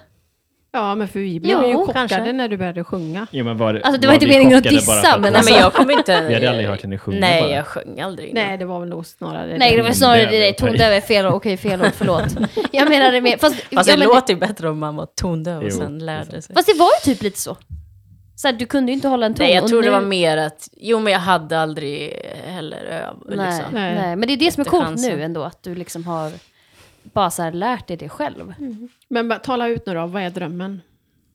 [SPEAKER 3] Ja, men för vi blev
[SPEAKER 2] Jo,
[SPEAKER 3] ju chockade
[SPEAKER 4] kanske.
[SPEAKER 3] när du började sjunga.
[SPEAKER 1] Ja, men var,
[SPEAKER 2] Alltså, det var inte
[SPEAKER 1] vi
[SPEAKER 2] meningen att
[SPEAKER 1] chockade
[SPEAKER 2] dissa,
[SPEAKER 1] bara för att
[SPEAKER 2] men
[SPEAKER 1] det-
[SPEAKER 4] Nej, men alltså- jag kommer inte...
[SPEAKER 1] Alltså, Vi hade aldrig hört henne sjunga
[SPEAKER 4] Nej,
[SPEAKER 1] bara.
[SPEAKER 4] jag sjöng aldrig.
[SPEAKER 3] Nej, det var väl nog snarare
[SPEAKER 2] Nej, det var snarare
[SPEAKER 1] Tondöv,
[SPEAKER 2] det där.
[SPEAKER 1] okej.
[SPEAKER 2] Tondöv är fel ord. Okej, fel ord. Förlåt. Jag menade mer... Fast,
[SPEAKER 4] Fast
[SPEAKER 2] ja,
[SPEAKER 4] Alltså, det
[SPEAKER 2] men-
[SPEAKER 4] låter ju bättre om man var tondöv
[SPEAKER 1] Jo,
[SPEAKER 4] och sen
[SPEAKER 1] det är
[SPEAKER 4] lärde sig.
[SPEAKER 2] fast det var ju typ lite så. så här, du kunde ju inte hålla en ton.
[SPEAKER 4] Nej, jag
[SPEAKER 2] och
[SPEAKER 4] tror det
[SPEAKER 2] nu-
[SPEAKER 4] var mer att, jo men jag hade aldrig heller öv,
[SPEAKER 2] Nej,
[SPEAKER 4] liksom.
[SPEAKER 2] nej.
[SPEAKER 3] Nej.
[SPEAKER 2] men det är det som är
[SPEAKER 4] Inte
[SPEAKER 2] coolt
[SPEAKER 4] chansen.
[SPEAKER 2] nu ändå, att du liksom har bara så här lärt dig det själv.
[SPEAKER 4] Mm.
[SPEAKER 3] Men bara, tala ut nu då, vad är drömmen?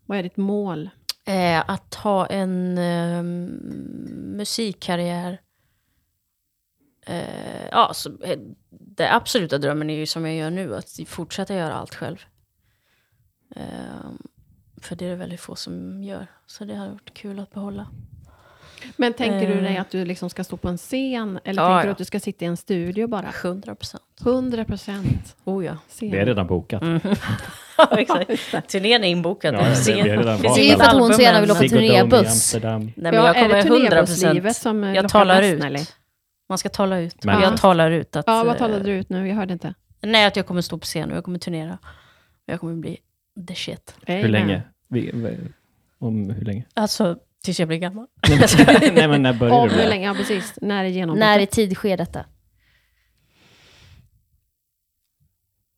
[SPEAKER 3] Vad är ditt mål?
[SPEAKER 4] Eh, att ha en eh, musikkarriär. Eh, ja, så, eh, det absoluta drömmen är ju som jag gör nu, att fortsätta göra allt själv. Eh, För det är det väldigt få som gör. Så det har varit kul att behålla.
[SPEAKER 3] Men tänker du
[SPEAKER 4] Eh.
[SPEAKER 3] dig att du liksom ska stå på en scen eller
[SPEAKER 4] Ja,
[SPEAKER 3] tänker du
[SPEAKER 4] ja.
[SPEAKER 3] att du ska sitta i en studio bara?
[SPEAKER 4] 100 procent.
[SPEAKER 3] 100 procent
[SPEAKER 4] Oh ja.
[SPEAKER 3] scen.
[SPEAKER 1] Det är redan bokat.
[SPEAKER 4] Mm. exakt. Turnén är inbokad.
[SPEAKER 1] Mm. Ja, det- vi är redan
[SPEAKER 4] Finns
[SPEAKER 1] valda.
[SPEAKER 2] Det är ju för att hon så gärna vill åka
[SPEAKER 1] Sigurd Dome i
[SPEAKER 2] turnébuss.
[SPEAKER 1] Amsterdam.
[SPEAKER 4] Nej, men jag
[SPEAKER 3] är det
[SPEAKER 4] kommer 100
[SPEAKER 3] turnébusslivet
[SPEAKER 4] procent.
[SPEAKER 3] som eh, lockar
[SPEAKER 4] Jag talar
[SPEAKER 3] mest,
[SPEAKER 4] ut.
[SPEAKER 3] Nelly?
[SPEAKER 4] Man ska tala ut.
[SPEAKER 1] Men-
[SPEAKER 4] Men.
[SPEAKER 3] Ja.
[SPEAKER 4] Jag talar ut att,
[SPEAKER 3] Ja, vad
[SPEAKER 4] eh,
[SPEAKER 3] talade du ut nu? Jag hörde inte.
[SPEAKER 4] Nej, att jag kommer stå på scen och jag kommer turnera. Jag kommer bli the shit.
[SPEAKER 1] Hur länge? Vi, vi- om hur länge?
[SPEAKER 4] Alltså, tills jag blir gammal.
[SPEAKER 1] Nej men när börjar
[SPEAKER 3] Om
[SPEAKER 1] du?
[SPEAKER 3] hur
[SPEAKER 1] med det?
[SPEAKER 3] länge? Ja, precis. När är genombrottet?
[SPEAKER 2] När i tid sker detta?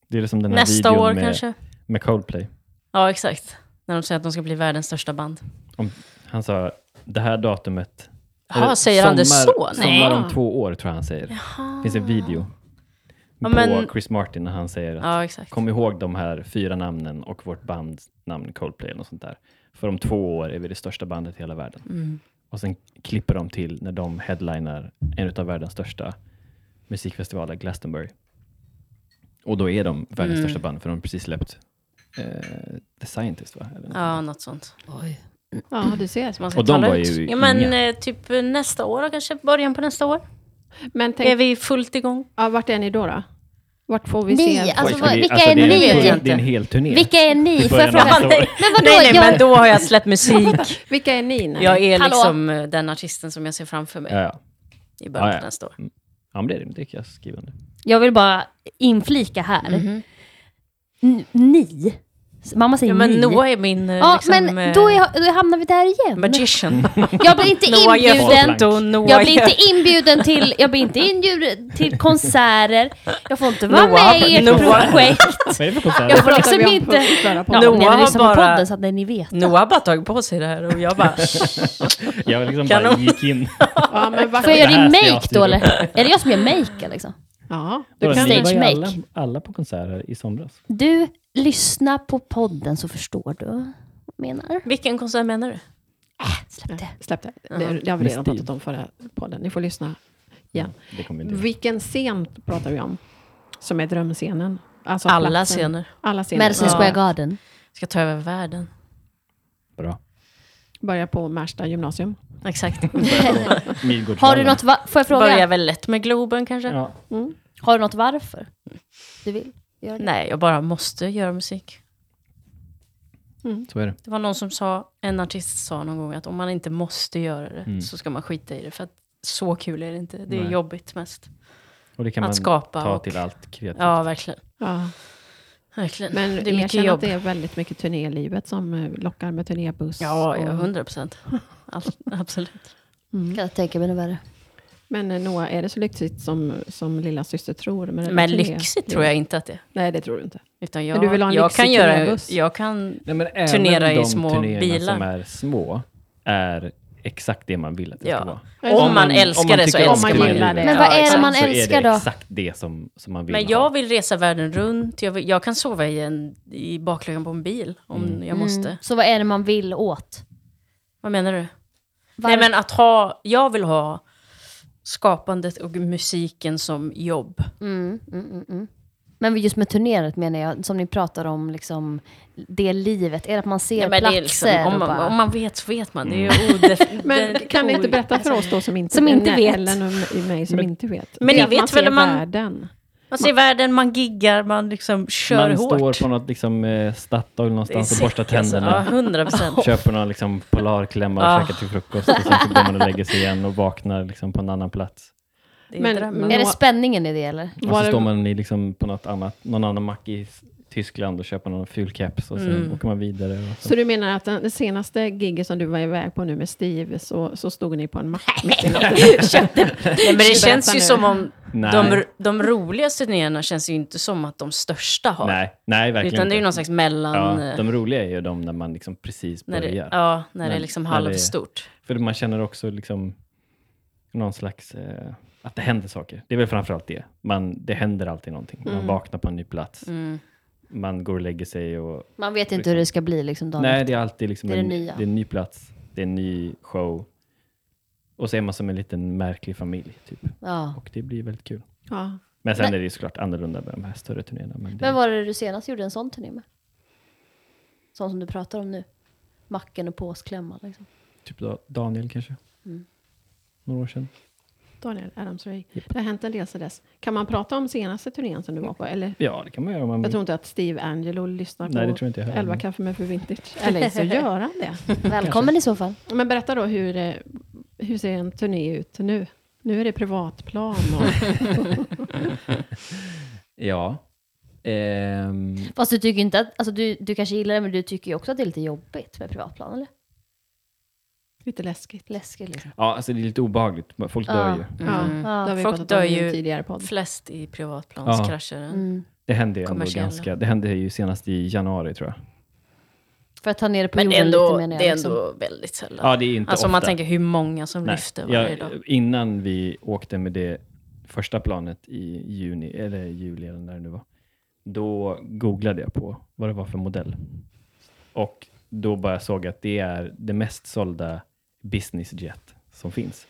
[SPEAKER 1] Det är som den här
[SPEAKER 4] Nästa
[SPEAKER 1] videon
[SPEAKER 4] år
[SPEAKER 1] med,
[SPEAKER 4] kanske.
[SPEAKER 1] med Coldplay.
[SPEAKER 4] Ja, exakt. När de säger att de ska bli världens största band.
[SPEAKER 1] Han sa det här datumet. eller
[SPEAKER 4] Jaha, säger han det så? Nej.
[SPEAKER 1] Sommar om två år tror jag han säger. Det finns en video
[SPEAKER 4] Ja,
[SPEAKER 1] på
[SPEAKER 4] men-
[SPEAKER 1] Chris Martin när han säger att
[SPEAKER 4] Ja, exakt.
[SPEAKER 1] kom ihåg de här fyra namnen och vårt bandnamn Coldplay eller något sånt där. För om två år är vi det största bandet i hela världen.
[SPEAKER 4] Mm.
[SPEAKER 1] Och sen klipper de till när de headlinar en av världens största musikfestivaler, Glastonbury. Och då är de världens
[SPEAKER 4] Mm.
[SPEAKER 1] största band, för de har precis släppt eh, The Scientist, va? Eller något
[SPEAKER 4] Ja,
[SPEAKER 1] sånt.
[SPEAKER 4] något sånt.
[SPEAKER 3] Ja, du ser.
[SPEAKER 4] Så man ska
[SPEAKER 1] Och de
[SPEAKER 4] tala
[SPEAKER 1] var
[SPEAKER 4] ut.
[SPEAKER 1] ju
[SPEAKER 4] Ja, men
[SPEAKER 1] inga.
[SPEAKER 4] eh, typ eh, nästa år då kanske. Början på nästa år.
[SPEAKER 3] Men
[SPEAKER 4] Är
[SPEAKER 3] tänk,
[SPEAKER 4] vi fullt igång?
[SPEAKER 3] ja, vart är ni då? då? Vart får vi
[SPEAKER 2] Ni,
[SPEAKER 3] se?
[SPEAKER 2] alltså,
[SPEAKER 1] Oj,
[SPEAKER 2] vad-
[SPEAKER 1] det-
[SPEAKER 2] vilka
[SPEAKER 1] alltså,
[SPEAKER 2] är
[SPEAKER 1] det en
[SPEAKER 2] ni?
[SPEAKER 1] full-
[SPEAKER 4] Vet jag
[SPEAKER 1] Det är en
[SPEAKER 4] inte.
[SPEAKER 1] hel turné.
[SPEAKER 2] Vilka är ni?
[SPEAKER 1] I
[SPEAKER 2] Får jag
[SPEAKER 1] början av
[SPEAKER 2] fråga?
[SPEAKER 1] nästa år.
[SPEAKER 2] Men vadå?
[SPEAKER 4] nej, nej,
[SPEAKER 2] jag,
[SPEAKER 4] men då har jag släppt musik.
[SPEAKER 3] Vilka är ni? Nelly?
[SPEAKER 4] Jag är
[SPEAKER 2] Hallå?
[SPEAKER 4] liksom eh, den artisten som jag ser framför mig
[SPEAKER 1] Ja, ja.
[SPEAKER 4] i början
[SPEAKER 1] Ja, ja.
[SPEAKER 4] på nästa år.
[SPEAKER 1] ja, men det är rimligt. Det kan jag skriva under.
[SPEAKER 2] jag vill bara inflika här. Mhm. N- Ni? Mamma säger
[SPEAKER 4] Ja, men
[SPEAKER 2] ni.
[SPEAKER 4] Noah är min eh,
[SPEAKER 2] ja,
[SPEAKER 4] liksom,
[SPEAKER 2] men då,
[SPEAKER 4] eh,
[SPEAKER 2] är, då hamnar vi där igen.
[SPEAKER 4] magician.
[SPEAKER 2] Jag blir inte
[SPEAKER 4] Noah gör
[SPEAKER 2] inbjuden.
[SPEAKER 4] foto, Noah
[SPEAKER 2] Jag blir
[SPEAKER 4] gör-
[SPEAKER 2] inte inbjuden till, jag blir inte inbjuden till konserter. Jag får inte vara
[SPEAKER 4] Noah.
[SPEAKER 2] med i ert
[SPEAKER 4] Noah.
[SPEAKER 2] projekt.
[SPEAKER 1] Vad är det för konsert?
[SPEAKER 2] Jag får
[SPEAKER 3] pratar
[SPEAKER 2] liksom
[SPEAKER 3] vi om
[SPEAKER 2] inte...
[SPEAKER 3] på förra
[SPEAKER 2] Ja,
[SPEAKER 3] podden.
[SPEAKER 4] Noah
[SPEAKER 2] ni har
[SPEAKER 4] har
[SPEAKER 2] lyssnat på
[SPEAKER 4] bara-
[SPEAKER 2] podden så att ni vet.
[SPEAKER 4] Noah har bara tagit på sig det här och jag bara...
[SPEAKER 1] Jag liksom bara
[SPEAKER 4] Kanon.
[SPEAKER 1] gick in.
[SPEAKER 3] Ja, men vart,
[SPEAKER 2] Får jag
[SPEAKER 1] Det
[SPEAKER 2] göra
[SPEAKER 1] här
[SPEAKER 2] din
[SPEAKER 1] ska jag
[SPEAKER 2] make
[SPEAKER 1] styra
[SPEAKER 2] då
[SPEAKER 1] upp.
[SPEAKER 2] eller? Är det jag som gör make liksom?
[SPEAKER 3] ja, du
[SPEAKER 1] Bara,
[SPEAKER 3] kan
[SPEAKER 1] ni
[SPEAKER 2] Stage
[SPEAKER 1] var ju
[SPEAKER 2] make.
[SPEAKER 1] alla, alla på konserter i somras.
[SPEAKER 2] Du, lyssna på podden så förstår du vad jag menar.
[SPEAKER 4] Vilken konsert menar du?
[SPEAKER 2] Släpp det.
[SPEAKER 3] Släpp det. Det, det har vi
[SPEAKER 1] Med
[SPEAKER 3] redan
[SPEAKER 1] stil.
[SPEAKER 3] pratat om förra podden. Ni får lyssna igen.
[SPEAKER 1] Det kommer inte.
[SPEAKER 3] Vilken scen pratar vi om? Som är drömscenen? Alltså
[SPEAKER 4] Alla
[SPEAKER 3] platsen.
[SPEAKER 4] scener.
[SPEAKER 3] Alla scener.
[SPEAKER 2] Madison
[SPEAKER 4] Ja.
[SPEAKER 2] Square Garden.
[SPEAKER 4] Ska ta över världen.
[SPEAKER 1] Bra.
[SPEAKER 3] Börja på Märsta gymnasium.
[SPEAKER 4] Exakt.
[SPEAKER 2] Har du något, va- får jag fråga?
[SPEAKER 4] Börjar väl lätt med Globen kanske?
[SPEAKER 1] Ja.
[SPEAKER 2] Har du något varför? Du vill? Gör det.
[SPEAKER 4] Nej, jag bara måste göra musik.
[SPEAKER 1] Så är det.
[SPEAKER 4] Det var någon som sa, en artist sa någon gång att om man inte måste göra det
[SPEAKER 1] Mm.
[SPEAKER 4] så ska man skita i det. För att så kul är det inte. Det är
[SPEAKER 1] Nej.
[SPEAKER 4] jobbigt mest.
[SPEAKER 1] Och det kan
[SPEAKER 4] Att
[SPEAKER 1] man
[SPEAKER 4] skapa
[SPEAKER 1] ta
[SPEAKER 4] och-
[SPEAKER 1] till allt kreativt.
[SPEAKER 4] Ja, verkligen.
[SPEAKER 3] Ja.
[SPEAKER 4] verkligen.
[SPEAKER 3] Men
[SPEAKER 4] det är mycket
[SPEAKER 3] erkänn att
[SPEAKER 4] jobb.
[SPEAKER 3] det är väldigt mycket turnélivet som eh, lockar med turnébuss.
[SPEAKER 4] Ja, ja,
[SPEAKER 3] och- Mm.
[SPEAKER 4] 100 procent. Absolut.
[SPEAKER 2] Kan jag tänka mig något värre.
[SPEAKER 3] Men eh, Noah, är det så lyxigt som, som lilla syster tror? Med det där
[SPEAKER 4] Men
[SPEAKER 3] turné-
[SPEAKER 4] lyxigt tror jag inte att det är.
[SPEAKER 3] Nej, det tror du inte.
[SPEAKER 4] Utan
[SPEAKER 3] Men du vill ha
[SPEAKER 4] jag,
[SPEAKER 3] en
[SPEAKER 4] jag
[SPEAKER 3] lyxig
[SPEAKER 4] kan göra...
[SPEAKER 3] turnébuss.
[SPEAKER 4] Jag kan...
[SPEAKER 1] Nej, men även
[SPEAKER 4] Turnera i
[SPEAKER 1] de
[SPEAKER 4] små
[SPEAKER 1] turnéerna
[SPEAKER 4] bilar.
[SPEAKER 1] som är små är exakt det man vill att det
[SPEAKER 4] Ja.
[SPEAKER 1] ska vara.
[SPEAKER 3] Om
[SPEAKER 4] Om man älskar det så
[SPEAKER 1] tycker om
[SPEAKER 4] älskar
[SPEAKER 3] man
[SPEAKER 4] man
[SPEAKER 3] gillar det.
[SPEAKER 4] det.
[SPEAKER 2] Men vad
[SPEAKER 4] Ja,
[SPEAKER 2] är det
[SPEAKER 4] exakt.
[SPEAKER 2] man
[SPEAKER 1] så är
[SPEAKER 2] älskar
[SPEAKER 1] det
[SPEAKER 2] då?
[SPEAKER 1] exakt det som, som man vill
[SPEAKER 4] Men
[SPEAKER 1] ha.
[SPEAKER 4] jag vill resa världen runt. Jag, vill, jag kan sova i, en, i bakluckan på en bil om jag måste.
[SPEAKER 2] Mm. Så vad är det man vill åt?
[SPEAKER 4] Vad menar du?
[SPEAKER 2] Var-
[SPEAKER 4] Nej men att ha, jag vill ha skapandet och musiken som jobb.
[SPEAKER 2] mm, mm, mm, mm. Men just med turnerat menar jag, som ni pratar om, liksom, det livet. Är det att man ser
[SPEAKER 4] Nej, men det
[SPEAKER 2] platser
[SPEAKER 4] är liksom, om,
[SPEAKER 2] och
[SPEAKER 4] man,
[SPEAKER 2] bara...
[SPEAKER 4] om man vet så vet man. Det är ju odef-
[SPEAKER 3] Men
[SPEAKER 4] det-
[SPEAKER 3] kan ni inte
[SPEAKER 4] o-
[SPEAKER 3] berätta för oss då som inte,
[SPEAKER 2] Som inte
[SPEAKER 3] nej,
[SPEAKER 2] vet.
[SPEAKER 3] Eller nu- i mig som inte vet.
[SPEAKER 4] Men
[SPEAKER 3] Det är
[SPEAKER 4] ni
[SPEAKER 3] att man
[SPEAKER 4] vet väl
[SPEAKER 3] ser
[SPEAKER 4] om man-
[SPEAKER 3] världen.
[SPEAKER 4] Man ser världen, man giggar, man liksom kör
[SPEAKER 1] man
[SPEAKER 4] hårt.
[SPEAKER 1] står på något liksom, eh, Statoil
[SPEAKER 4] Det är
[SPEAKER 1] någonstans och
[SPEAKER 4] sick,
[SPEAKER 1] borstar tänderna.
[SPEAKER 4] Alltså. Ja, 100 procent.
[SPEAKER 1] Köper någon liksom, polarklämma och
[SPEAKER 4] Ah.
[SPEAKER 1] käkar till frukost. Och sen så går man och lägger sig igen och vaknar liksom, på en annan plats.
[SPEAKER 4] Det är
[SPEAKER 3] Men-
[SPEAKER 4] drömmen.
[SPEAKER 2] Är det
[SPEAKER 3] Nå-
[SPEAKER 2] spänningen i det eller?
[SPEAKER 1] Och
[SPEAKER 3] Var
[SPEAKER 1] så
[SPEAKER 3] det-
[SPEAKER 1] står man i, liksom, på något annat, någon annan mack i S- Tyskland och köper någon ful keps och sen
[SPEAKER 4] Mm.
[SPEAKER 1] åker man vidare. Och så.
[SPEAKER 3] Så du menar att den det senaste giget som du var iväg på nu med Steve, så, så stod ni på en mack? mitt i natten?
[SPEAKER 4] Nej, men det
[SPEAKER 3] Berätta
[SPEAKER 4] känns ju
[SPEAKER 3] nu.
[SPEAKER 4] som om
[SPEAKER 1] Nej.
[SPEAKER 4] de, de roligaste turnéerna känns ju inte som att de största har.
[SPEAKER 1] nej, nej, verkligen
[SPEAKER 4] Utan det är ju
[SPEAKER 1] inte.
[SPEAKER 4] någon slags mellan... eh,
[SPEAKER 1] Ja, de roliga är ju de när man liksom precis
[SPEAKER 4] när
[SPEAKER 1] börjar.
[SPEAKER 4] det, ja, när det
[SPEAKER 1] När-
[SPEAKER 4] är liksom
[SPEAKER 1] när det är-
[SPEAKER 4] halvstort.
[SPEAKER 1] För man känner också liksom någon slags, eh, att det händer saker. Det är väl framförallt det. Man, det händer alltid någonting. Man vaknar på en ny plats.
[SPEAKER 4] Mm.
[SPEAKER 1] Man går och lägger sig och...
[SPEAKER 2] Man vet inte hur det ska bli liksom dagen
[SPEAKER 1] Nej, det är alltid liksom
[SPEAKER 2] Det är
[SPEAKER 1] en,
[SPEAKER 2] det nya.
[SPEAKER 1] det är en ny plats. Det är en ny show. Och så är man som en liten märklig familj, typ.
[SPEAKER 2] Ja.
[SPEAKER 1] Och det blir väldigt kul.
[SPEAKER 3] Ja.
[SPEAKER 1] Men sen är det ju såklart annorlunda med de här större turnéerna. Men det,
[SPEAKER 2] Men var det du senast gjorde en sån turné med? Sån som du pratar om nu? macken och påsklämman. Liksom.
[SPEAKER 1] Typ da- Daniel kanske.
[SPEAKER 2] Mm.
[SPEAKER 1] Några år sedan.
[SPEAKER 3] Daniel Adams Ray.
[SPEAKER 1] Japp.
[SPEAKER 3] Det har hänt en del sedan dess. Kan man prata om senaste turnén som du var på? Eller?
[SPEAKER 1] Ja, det kan man göra om man
[SPEAKER 3] Jag
[SPEAKER 1] vill.
[SPEAKER 3] tror inte att Steve Angelo lyssnar
[SPEAKER 1] Nej, det
[SPEAKER 3] på
[SPEAKER 1] tror jag inte jag heller.
[SPEAKER 3] 11 kaffe med för vintage. Mm. Eller så gör han det.
[SPEAKER 2] Välkommen i så fall.
[SPEAKER 3] Men berätta då, hur, eh, hur ser en turné ut nu? Nu är det privatplan och
[SPEAKER 1] Ja. Ehm,
[SPEAKER 2] Fast du tycker inte att, alltså du, du kanske gillar det men du tycker ju också att det är lite jobbigt med privatplan eller?
[SPEAKER 3] lite läskigt.
[SPEAKER 2] Läskigt liksom.
[SPEAKER 1] ja, alltså det är lite obehagligt. Folk
[SPEAKER 2] Ja.
[SPEAKER 1] dör ju.
[SPEAKER 3] Ja,
[SPEAKER 4] Mm.
[SPEAKER 3] det har vi
[SPEAKER 4] Folk
[SPEAKER 3] pratat
[SPEAKER 4] dör
[SPEAKER 3] om i
[SPEAKER 4] ju-
[SPEAKER 3] en tidigare podd.
[SPEAKER 4] Flest i privatplanskrascher.
[SPEAKER 2] Mm.
[SPEAKER 1] Det hände ju ändå
[SPEAKER 4] Kommersiella.
[SPEAKER 1] ganska. Det hände ju senast i januari tror jag.
[SPEAKER 2] För att ta ner det på
[SPEAKER 4] Men
[SPEAKER 2] jorden
[SPEAKER 4] ändå,
[SPEAKER 2] lite menar jag.
[SPEAKER 4] det är
[SPEAKER 2] liksom.
[SPEAKER 4] ändå väldigt sällan.
[SPEAKER 1] Ja, det är ju inte
[SPEAKER 4] alltså
[SPEAKER 1] ofta.
[SPEAKER 4] om man tänker hur många som
[SPEAKER 1] Nej,
[SPEAKER 4] lyfter varje
[SPEAKER 1] jag-
[SPEAKER 4] dag.
[SPEAKER 1] Innan vi åkte med det första planet i juni, eller juli eller när det nu var, då googlade jag på vad det var för modell. Och då bara såg jag att det är det mest sålda businessjet som finns.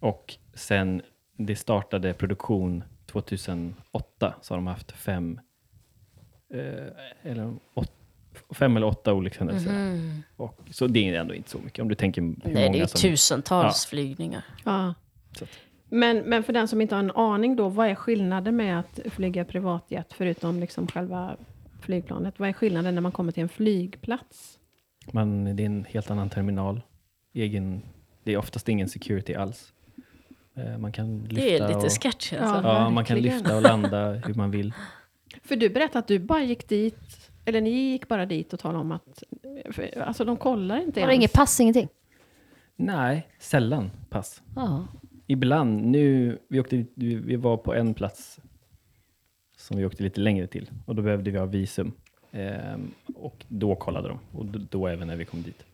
[SPEAKER 1] Och sen det startade produktion 2008 så har de haft fem, eh, eller åt, fem eller åtta olyckshändelser.
[SPEAKER 4] Mm.
[SPEAKER 1] Och, så det är ändå inte så mycket om du tänker hur
[SPEAKER 4] Nej, det är
[SPEAKER 1] många
[SPEAKER 4] ju
[SPEAKER 1] som...
[SPEAKER 4] tusentals flygningar.
[SPEAKER 3] Ja.
[SPEAKER 1] Så att-
[SPEAKER 3] Men, men för den som inte har en aning då, vad är skillnaden med att flyga privatjet förutom liksom själva flygplanet? Vad är skillnaden när man kommer till en flygplats?
[SPEAKER 1] Man, det är en helt annan terminal. Egen, det är oftast ingen security alls. Eh, Man kan lyfta,
[SPEAKER 4] Det är lite
[SPEAKER 1] och,
[SPEAKER 4] sketch
[SPEAKER 3] Ja.
[SPEAKER 4] alltså.
[SPEAKER 1] ja, man kan
[SPEAKER 3] verkligen.
[SPEAKER 1] lyfta och landa hur man vill.
[SPEAKER 3] För du berättade att du bara gick dit, eller ni gick bara dit och talade om att, för, alltså de kollar inte
[SPEAKER 2] Har du inget pass, ingenting?
[SPEAKER 1] Nej, sällan pass.
[SPEAKER 2] Ja.
[SPEAKER 1] Ibland. Nu, vi, åkte, dit- vi vi var på en plats som vi åkte lite längre till och då behövde vi ha visum. Ehm, och då kollade de och då, då även när vi kom dit.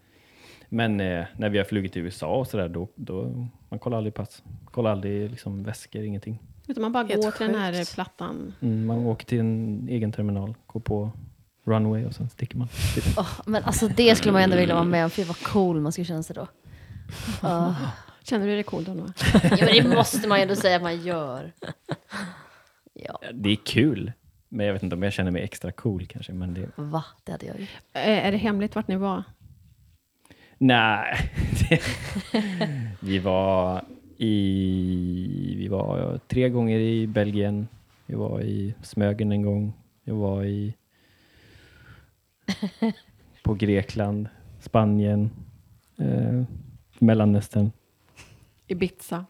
[SPEAKER 1] Men eh, när vi har flugit till USA och sådär, då, då man kollar aldrig pass. Kollar aldrig liksom, väskor, ingenting.
[SPEAKER 3] Utan man bara
[SPEAKER 4] Helt
[SPEAKER 3] går till den här
[SPEAKER 4] sjukt.
[SPEAKER 3] plattan.
[SPEAKER 1] Mm, man åker till en egen terminal, går på runway och sen sticker man. Typ.
[SPEAKER 2] Åh, men alltså det skulle man ändå vilja vara med om. Fy vad cool man skulle känna sig då. Ja.
[SPEAKER 3] Känner du dig cool då? Noah?
[SPEAKER 2] ja men det måste man ju ändå säga att man gör. Ja,
[SPEAKER 1] Det är kul, men jag vet inte om jag känner mig extra cool kanske. Men det,
[SPEAKER 2] va? Det hade jag gjort.
[SPEAKER 3] Eh, Är det hemligt vart ni var?
[SPEAKER 1] nej. Det, vi, var i, vi var tre gånger i Belgien. Vi var i Smögen en gång. Vi var i på Grekland, Spanien, eh, Mellanöstern.
[SPEAKER 3] Ibiza.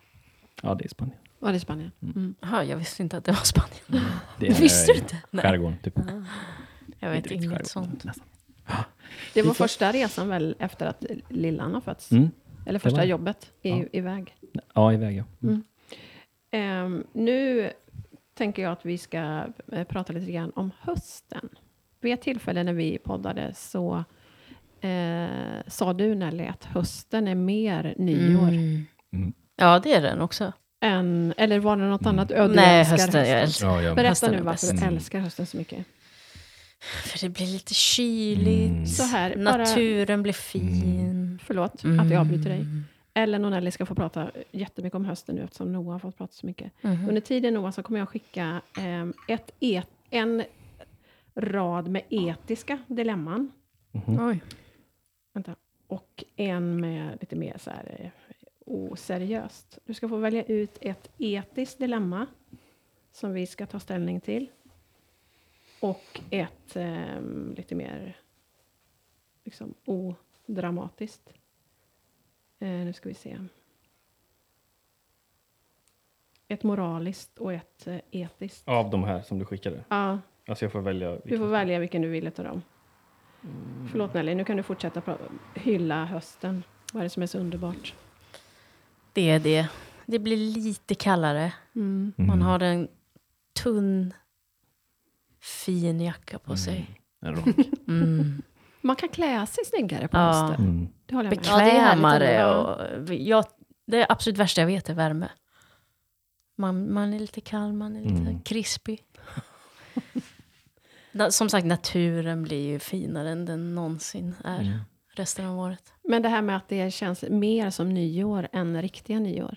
[SPEAKER 1] Ja, det är Spanien.
[SPEAKER 3] Var det Spanien?
[SPEAKER 1] Mm.
[SPEAKER 3] Mm.
[SPEAKER 4] Jaha, jag visste inte att det var Spanien.
[SPEAKER 1] Det är
[SPEAKER 4] Visste du inte? Nej.
[SPEAKER 1] Skärgården, typ.
[SPEAKER 4] Jag vet
[SPEAKER 1] Inte riktigt
[SPEAKER 4] inget
[SPEAKER 1] skärgården,
[SPEAKER 4] sånt.
[SPEAKER 1] nästan.
[SPEAKER 3] Det var
[SPEAKER 1] Ibiza.
[SPEAKER 3] första resan väl efter att lillan har fötts?
[SPEAKER 1] Mm.
[SPEAKER 3] Eller första
[SPEAKER 1] var det.
[SPEAKER 3] jobbet i,
[SPEAKER 1] Ja.
[SPEAKER 3] iväg?
[SPEAKER 1] Ja, iväg ja. Mm.
[SPEAKER 4] Mm.
[SPEAKER 3] Ehm, nu tänker jag att vi ska eh, prata lite grann om hösten. Vid ett tillfälle när vi poddade så eh, sa du Nelly att hösten är mer nyår.
[SPEAKER 4] Mm.
[SPEAKER 1] Mm.
[SPEAKER 4] Ja, det är den också.
[SPEAKER 3] Än, eller var det något annat? Ö, du
[SPEAKER 4] Nej,
[SPEAKER 3] älskar
[SPEAKER 4] hösten. Jag älskar
[SPEAKER 1] Ja, ja.
[SPEAKER 3] Berätta
[SPEAKER 4] Hösten
[SPEAKER 3] nu
[SPEAKER 4] är
[SPEAKER 3] varför
[SPEAKER 1] bäst.
[SPEAKER 3] du älskar hösten så mycket.
[SPEAKER 4] För det blir lite kyligt.
[SPEAKER 1] Mm.
[SPEAKER 3] Så här, bara,
[SPEAKER 4] Naturen blir fin.
[SPEAKER 3] förlåt
[SPEAKER 4] Mm.
[SPEAKER 3] att jag avbryter dig. Ellen och Nelly ska få prata jättemycket om hösten nu eftersom Noah har fått prata så mycket.
[SPEAKER 4] Mhm.
[SPEAKER 3] Under tiden Noah så kommer jag skicka ehm, ett et, en rad med etiska dilemman.
[SPEAKER 1] Mhm. Mm-hmm.
[SPEAKER 4] Oj.
[SPEAKER 3] Vänta. Och en med lite mer så här eh, oseriöst. Du ska få välja ut ett etiskt dilemma som vi ska ta ställning till. Och ett ehm, lite mer liksom odramatiskt. Eh, nu ska vi se. Ett moraliskt och ett eh, etiskt.
[SPEAKER 1] Av de här som du skickade?
[SPEAKER 3] Ja,
[SPEAKER 1] Alltså jag får välja.
[SPEAKER 3] du
[SPEAKER 1] vilken-
[SPEAKER 3] får välja vilken du vill utav dem. Förlåt Nelly, nu kan du fortsätta pra- hylla hösten. Vad är det som är så underbart?
[SPEAKER 4] Det är det. Det blir lite kallare.
[SPEAKER 3] Mm.
[SPEAKER 4] Man
[SPEAKER 1] Mm.
[SPEAKER 4] har en tunn, fin jacka
[SPEAKER 1] Mm.
[SPEAKER 4] på sig.
[SPEAKER 1] En rock.
[SPEAKER 4] Mm.
[SPEAKER 3] Man kan klä sig snyggare på
[SPEAKER 4] Ja.
[SPEAKER 3] hösten.
[SPEAKER 1] Mm.
[SPEAKER 3] Det håller jag med om.
[SPEAKER 2] Ja, det är härligt
[SPEAKER 4] Bekvämare.
[SPEAKER 2] ändå.
[SPEAKER 4] och, jag, det absolut värsta jag vet är värme. Man, man är lite kall, man är lite
[SPEAKER 1] Mm.
[SPEAKER 4] krispig. Na- Som sagt, naturen blir ju finare än den någonsin är
[SPEAKER 1] Mm.
[SPEAKER 4] resten av året.
[SPEAKER 3] Men det här med att det känns mer som nyår än riktiga nyår.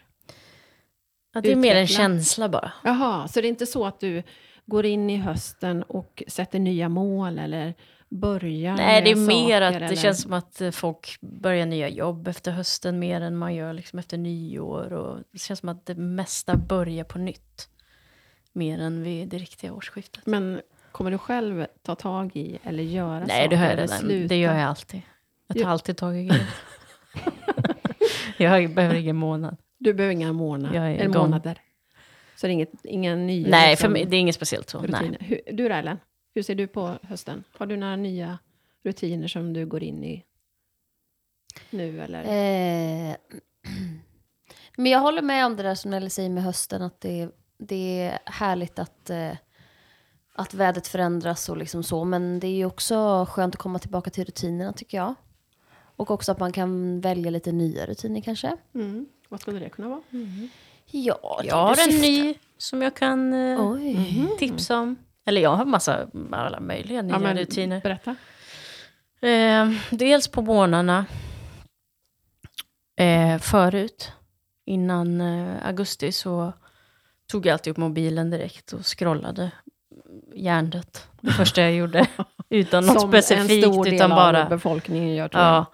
[SPEAKER 4] Ja, det är mer en
[SPEAKER 3] Utveckla.
[SPEAKER 4] känsla bara.
[SPEAKER 3] Jaha, så det är inte så att du går in i hösten och sätter nya mål eller börjar
[SPEAKER 4] Nej, det är
[SPEAKER 3] med
[SPEAKER 4] mer
[SPEAKER 3] saker,
[SPEAKER 4] att det
[SPEAKER 3] eller?
[SPEAKER 4] känns som att eh, folk börjar nya jobb efter hösten mer än man gör liksom efter nyår. Och det känns som att det mesta börjar på nytt. Mer än vid det riktiga årsskiftet.
[SPEAKER 3] Men kommer du själv ta tag i eller göra
[SPEAKER 4] Nej,
[SPEAKER 3] saker?
[SPEAKER 4] det har jag
[SPEAKER 3] eller
[SPEAKER 4] redan.
[SPEAKER 3] sluta?
[SPEAKER 4] Det gör jag alltid. Jag tar
[SPEAKER 3] Jo.
[SPEAKER 4] alltid tag i grejer. jag behöver ingen månad.
[SPEAKER 3] Du behöver inga månader.
[SPEAKER 4] Jag är
[SPEAKER 3] eller
[SPEAKER 4] igång.
[SPEAKER 3] månader. Så det är inget, inga nya
[SPEAKER 4] Nej,
[SPEAKER 3] liksom,
[SPEAKER 4] för mig, det är inget speciellt så. Nej.
[SPEAKER 3] rutiner. Hur, du då, Ellen? Hur ser du på hösten? Har du några nya rutiner som du går in i nu? Eller?
[SPEAKER 2] Eh, men jag håller med om det där som Nelly säger med hösten, att det, det är härligt att, eh, att vädret förändras och liksom så. Men det är ju också skönt att komma tillbaka till rutinerna tycker jag. Och också att man kan välja lite nya rutiner kanske.
[SPEAKER 3] Mm. Vad skulle det kunna vara?
[SPEAKER 2] Ja,
[SPEAKER 4] Jag har en ny som jag kan eh,
[SPEAKER 2] Oj.
[SPEAKER 4] tipsa om. Eller jag har massa alla möjliga nya
[SPEAKER 3] Mhm. Ja, men
[SPEAKER 4] rutiner.
[SPEAKER 3] Berätta.
[SPEAKER 4] Eh, dels på morgnarna. Eh, förut, innan eh, augusti, så tog jag alltid upp mobilen direkt och scrollade hjärndött. Det första jag gjorde, utan något
[SPEAKER 3] Som
[SPEAKER 4] specifikt,
[SPEAKER 3] en stor del
[SPEAKER 4] utan
[SPEAKER 3] av
[SPEAKER 4] bara...
[SPEAKER 3] befolkningen gör, tror jag.
[SPEAKER 4] Ja.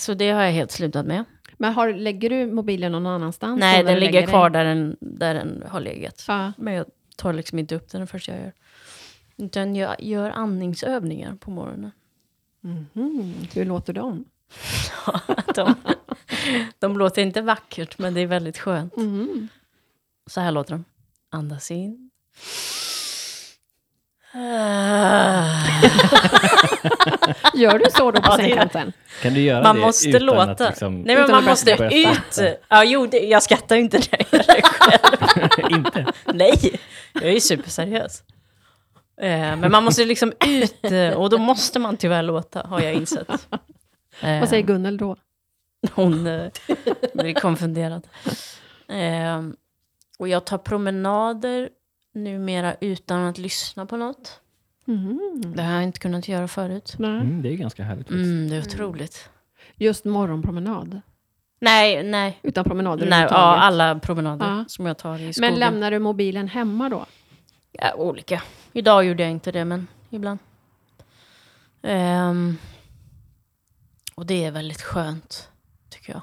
[SPEAKER 4] Så det har jag helt slutat med.
[SPEAKER 3] Men har, lägger du mobilen någon annanstans?
[SPEAKER 4] Nej,
[SPEAKER 3] än där
[SPEAKER 4] den
[SPEAKER 3] du
[SPEAKER 4] ligger
[SPEAKER 3] lägger
[SPEAKER 4] kvar
[SPEAKER 3] dig?
[SPEAKER 4] där den, där den har legat.
[SPEAKER 3] Ja.
[SPEAKER 4] Men jag tar liksom inte upp den det första jag gör. Utan jag gör andningsövningar på morgonen.
[SPEAKER 3] Mhm. Hur låter de?
[SPEAKER 4] De, de låter inte vackert, men det är väldigt skönt.
[SPEAKER 3] Mhm.
[SPEAKER 4] Så här låter de. Andas in.
[SPEAKER 3] Gör du så då på
[SPEAKER 4] Ja, det gör jag.
[SPEAKER 3] sängkanten?
[SPEAKER 1] Kan du göra
[SPEAKER 4] Man
[SPEAKER 1] det
[SPEAKER 4] måste
[SPEAKER 1] utan
[SPEAKER 4] låta...
[SPEAKER 1] att liksom...
[SPEAKER 4] Nej, men
[SPEAKER 3] utan
[SPEAKER 4] man
[SPEAKER 3] att
[SPEAKER 4] måste
[SPEAKER 1] börja skratta?
[SPEAKER 4] ut... Ja, jo, det, jag skrattar ju inte när jag gör det själv.
[SPEAKER 1] Inte?
[SPEAKER 4] Nej, jag är ju superseriös. Eh, Men man måste liksom ut, eh, och då måste man tyvärr låta, har jag insett. Eh,
[SPEAKER 3] Vad säger Gunnel då?
[SPEAKER 4] Hon eh, blir konfunderad. Eh, och jag tar promenader numera utan att lyssna på något.
[SPEAKER 3] Mhm.
[SPEAKER 4] Det har jag inte kunnat göra förut.
[SPEAKER 3] Nej.
[SPEAKER 1] Mm, det är ju ganska härligt. faktiskt.
[SPEAKER 4] Mm, det är otroligt.
[SPEAKER 3] Just morgonpromenad?
[SPEAKER 4] Nej, nej.
[SPEAKER 3] Utan promenader
[SPEAKER 4] nej ja,
[SPEAKER 3] överhuvudtaget.
[SPEAKER 4] alla promenader
[SPEAKER 3] Ja.
[SPEAKER 4] som jag tar i skogen.
[SPEAKER 3] Men lämnar du mobilen hemma då?
[SPEAKER 4] ja, olika. Idag gjorde jag inte det, men ibland. Ehm, och det är väldigt skönt, tycker jag.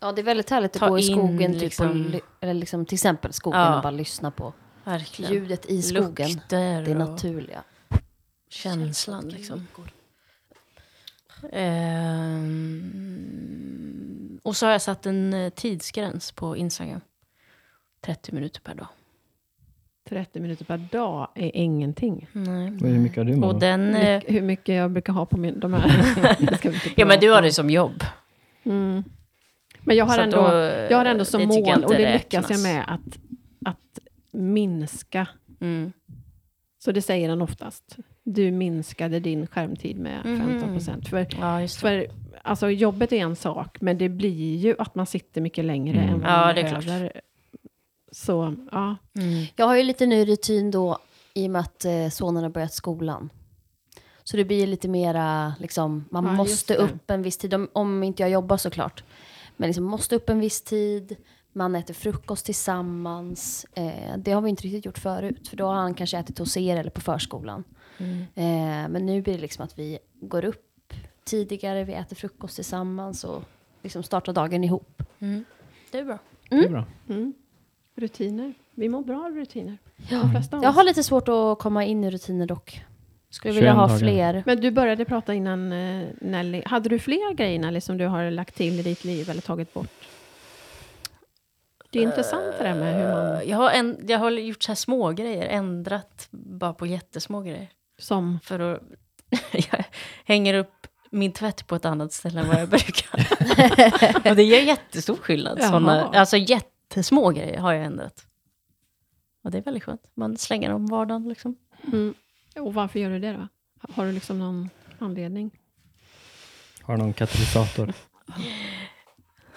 [SPEAKER 2] Ja, det är väldigt härligt att
[SPEAKER 4] Ta
[SPEAKER 2] gå i
[SPEAKER 4] in
[SPEAKER 2] skogen, typ, och,
[SPEAKER 4] liksom-
[SPEAKER 2] ly- eller liksom, till exempel skogen
[SPEAKER 4] Ja.
[SPEAKER 2] och bara lyssna på
[SPEAKER 4] Verkligen.
[SPEAKER 2] ljudet i skogen.
[SPEAKER 4] Lukter
[SPEAKER 2] Det är
[SPEAKER 4] och-
[SPEAKER 2] naturliga.
[SPEAKER 4] känslan liksom. Ehm, och så har jag satt en eh, tidsgräns på Instagram. 30 minuter per dag.
[SPEAKER 3] 30 minuter per dag är ingenting.
[SPEAKER 4] Nej.
[SPEAKER 1] Hur mycket har du
[SPEAKER 4] Mm. Och
[SPEAKER 1] Moa?
[SPEAKER 4] den... eh,
[SPEAKER 3] Hur mycket jag brukar ha på min, de här. Det ska vi inte
[SPEAKER 4] Ja men du har
[SPEAKER 3] prata
[SPEAKER 4] det som jobb.
[SPEAKER 3] om. Mm. Men jag har,
[SPEAKER 4] Så att
[SPEAKER 3] ändå,
[SPEAKER 4] då,
[SPEAKER 3] jag har ändå som
[SPEAKER 4] det tycker jag
[SPEAKER 3] mål,
[SPEAKER 4] inte
[SPEAKER 3] och det
[SPEAKER 4] räknas.
[SPEAKER 3] lyckas jag med, att, att minska.
[SPEAKER 4] Mm.
[SPEAKER 3] Så det säger han oftast. Du minskade din skärmtid med
[SPEAKER 4] Mhm.
[SPEAKER 3] 15 procent. För,
[SPEAKER 4] Ja, just det.
[SPEAKER 3] för alltså, jobbet är en sak, men det blir ju att man sitter mycket längre
[SPEAKER 1] Mm.
[SPEAKER 3] än vad
[SPEAKER 4] Ja,
[SPEAKER 3] man
[SPEAKER 4] det är klart.
[SPEAKER 3] behöver. Så, ja.
[SPEAKER 4] Mm.
[SPEAKER 2] Jag har ju lite ny rutin då i och med att eh, sonen har börjat skolan. Så det blir lite mera, liksom, man
[SPEAKER 3] Ja, just
[SPEAKER 2] måste
[SPEAKER 3] det.
[SPEAKER 2] upp en viss tid, om, om inte jag jobbar såklart. Men liksom, måste upp en viss tid, man äter frukost tillsammans. Eh, det har vi inte riktigt gjort förut, för då har han kanske ätit hos er eller på förskolan.
[SPEAKER 4] Mm.
[SPEAKER 2] Eh, men nu blir det liksom att vi går upp tidigare, vi äter frukost tillsammans och liksom startar dagen ihop.
[SPEAKER 4] Mm. Det är bra.
[SPEAKER 1] Det är bra.
[SPEAKER 3] Mm. Rutiner. Vi mår bra av rutiner.
[SPEAKER 2] Ja.
[SPEAKER 3] De flesta av
[SPEAKER 2] Jag
[SPEAKER 3] oss.
[SPEAKER 2] har lite svårt att komma in i rutiner dock. Skulle
[SPEAKER 1] 21
[SPEAKER 2] vilja ha
[SPEAKER 1] dagar.
[SPEAKER 2] fler.
[SPEAKER 3] Men du började prata innan eh, Nelly. Hade du fler grejer Nelly som du har lagt till i ditt liv eller tagit bort? Det är intressant det där med hur man...
[SPEAKER 4] Eh, Jag har, en, jag har gjort så här små grejer, ändrat bara på jättesmå grejer.
[SPEAKER 3] Som,
[SPEAKER 4] För att jag hänger upp min tvätt på ett annat ställe än vad jag brukar. och det gör jättestor skillnad.
[SPEAKER 3] Jaha.
[SPEAKER 4] Såna, alltså jättesmå grejer har jag ändrat. Och det är väldigt skönt. Man slänger om vardagen liksom.
[SPEAKER 3] mm. Och varför gör du det då? Har du liksom någon anledning?
[SPEAKER 1] Har någon katalysator?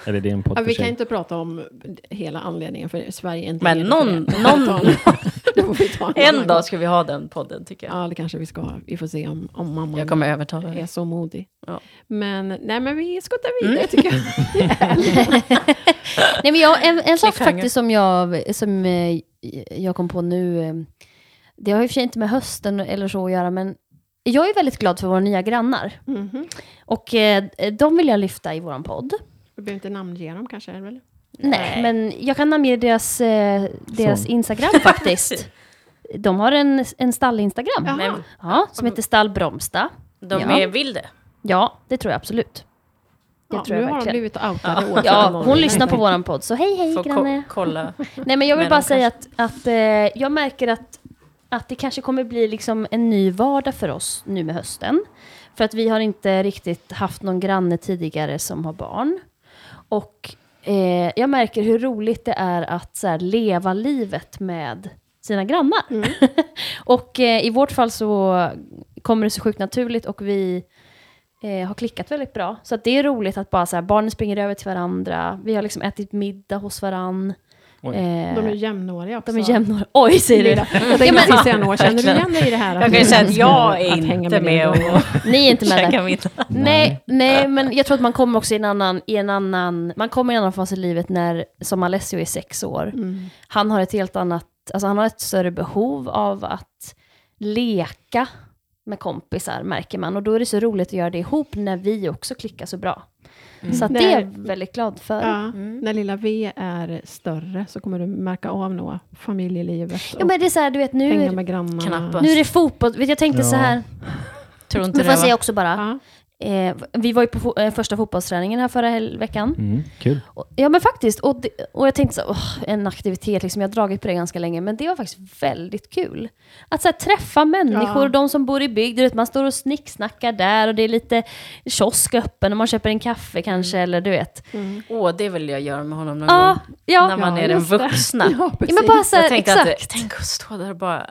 [SPEAKER 1] Eller det är en podd
[SPEAKER 3] Ja,
[SPEAKER 1] för
[SPEAKER 3] vi kan
[SPEAKER 1] sig.
[SPEAKER 3] inte prata om hela anledningen för Sverige är inte
[SPEAKER 4] Men
[SPEAKER 3] redo för
[SPEAKER 4] någon-
[SPEAKER 3] det.
[SPEAKER 4] någon-
[SPEAKER 3] Det får vi ta
[SPEAKER 4] En
[SPEAKER 3] annan
[SPEAKER 4] dag
[SPEAKER 3] gång.
[SPEAKER 4] ska vi ha den podden tycker jag.
[SPEAKER 3] Ja, det kanske vi ska. Vi får se om, om mamma
[SPEAKER 4] Jag kommer övertala
[SPEAKER 3] är
[SPEAKER 4] dig.
[SPEAKER 3] så modig.
[SPEAKER 4] Ja. Mm.
[SPEAKER 3] Men, nej, men vi skuttar vidare tycker jag.
[SPEAKER 2] Nej, men jag, en, en sak
[SPEAKER 4] Cliffhanger.
[SPEAKER 2] faktiskt som jag, som eh, jag kom på nu, eh, det har ju i och för sig inte med hösten eller så att göra, men Jag är väldigt glad för våra nya grannar.
[SPEAKER 3] Mhm.
[SPEAKER 4] Mm-hmm.
[SPEAKER 2] Och eh, de vill jag lyfta i våran podd.
[SPEAKER 3] Vi behöver inte namnge dem kanske, eller?
[SPEAKER 2] Nej, men jag kan namnge deras, eh, deras
[SPEAKER 1] Sån.
[SPEAKER 2] Instagram faktiskt. De har en, en stall-Instagram.
[SPEAKER 3] Jaha.
[SPEAKER 4] Men
[SPEAKER 2] Ja, som heter Stall Bromsta.
[SPEAKER 4] de
[SPEAKER 2] Ja.
[SPEAKER 4] är vill det.
[SPEAKER 2] Ja, det tror jag absolut. Det
[SPEAKER 3] Ja,
[SPEAKER 2] tror jag
[SPEAKER 3] nu har de
[SPEAKER 2] verkligen.
[SPEAKER 3] blivit outade åt
[SPEAKER 2] Ja,
[SPEAKER 3] alla
[SPEAKER 2] hon
[SPEAKER 3] håll.
[SPEAKER 2] lyssnar på våran podd, så hej hej
[SPEAKER 4] Får
[SPEAKER 2] granne.
[SPEAKER 4] ko- kolla.
[SPEAKER 2] Nej men jag vill
[SPEAKER 4] Men
[SPEAKER 2] bara
[SPEAKER 4] de
[SPEAKER 2] säga att, att eh, jag märker att, att det kanske kommer bli liksom en ny vardag för oss nu med hösten. För att vi har inte riktigt haft någon granne tidigare som har barn. Och eh, jag märker hur roligt det är att så här, leva livet med sina grannar.
[SPEAKER 3] Mm.
[SPEAKER 2] och eh, i vårt fall så kommer det så sjukt naturligt och vi eh, har klickat väldigt bra. Så att det är roligt att bara så här, barnen springer över till varandra. Vi har liksom ätit middag hos varann.
[SPEAKER 1] Oj.
[SPEAKER 2] Eh,
[SPEAKER 3] De är jämnåriga också.
[SPEAKER 2] de är jämnåriga. Oj, säger du.
[SPEAKER 3] Lilla. Jag tänkte precis säga Noah, känner du igen dig i det här?
[SPEAKER 4] Jag kan ju säga att jag är
[SPEAKER 3] Att hänga
[SPEAKER 4] inte med
[SPEAKER 3] dina
[SPEAKER 4] och
[SPEAKER 3] grannar.
[SPEAKER 2] Ni är inte med
[SPEAKER 4] käka
[SPEAKER 2] där.
[SPEAKER 4] middag.
[SPEAKER 2] Nej, nej, men jag tror att man kommer också i en annan, i en annan, man kommer i en annan fas i livet när, som Alessio är sex år.
[SPEAKER 3] Mm.
[SPEAKER 2] Han har ett helt annat, alltså han har ett större behov av att leka med kompisar märker man. Och då är det så roligt att göra det ihop när vi också klickar så bra. Så att det är jag väldigt glad för. Ja.
[SPEAKER 3] Ja, När lilla V är större så kommer du märka av Noah, familjelivet och
[SPEAKER 2] men det är så här, du vet nu,
[SPEAKER 3] hänga
[SPEAKER 2] är-
[SPEAKER 3] med grannarna.
[SPEAKER 4] Knappast.
[SPEAKER 2] nu är det fotboll, Vet, jag tänkte så här,
[SPEAKER 4] Tror inte
[SPEAKER 2] nu får jag
[SPEAKER 4] det
[SPEAKER 2] säga
[SPEAKER 4] va?
[SPEAKER 2] också bara,
[SPEAKER 3] Ja.
[SPEAKER 2] eh, vi var ju på fo- eh, första fotbollsträningen här förra hel- veckan.
[SPEAKER 1] Mm, kul.
[SPEAKER 2] Och- Ja men faktiskt, och, det, och jag tänkte så här, åh, en aktivitet, liksom, jag har dragit på det ganska länge, men det var faktiskt väldigt kul. Att så här, träffa människor,
[SPEAKER 3] Ja.
[SPEAKER 2] och de som bor i bygd, du vet, man står och snicksnackar där och det är lite kiosk öppen och man köper en kaffe kanske, eller du vet.
[SPEAKER 3] Mm.
[SPEAKER 4] Åh, det vill jag göra med honom någon
[SPEAKER 2] Mm. Ja,
[SPEAKER 4] gång.
[SPEAKER 2] ja.
[SPEAKER 4] När man
[SPEAKER 3] Ja,
[SPEAKER 4] är den
[SPEAKER 3] just det.
[SPEAKER 4] vuxna.
[SPEAKER 3] Ja,
[SPEAKER 2] ja
[SPEAKER 3] precis.
[SPEAKER 2] men bara så här,
[SPEAKER 4] jag tänkte
[SPEAKER 2] exakt.
[SPEAKER 4] att tänk att stå där och bara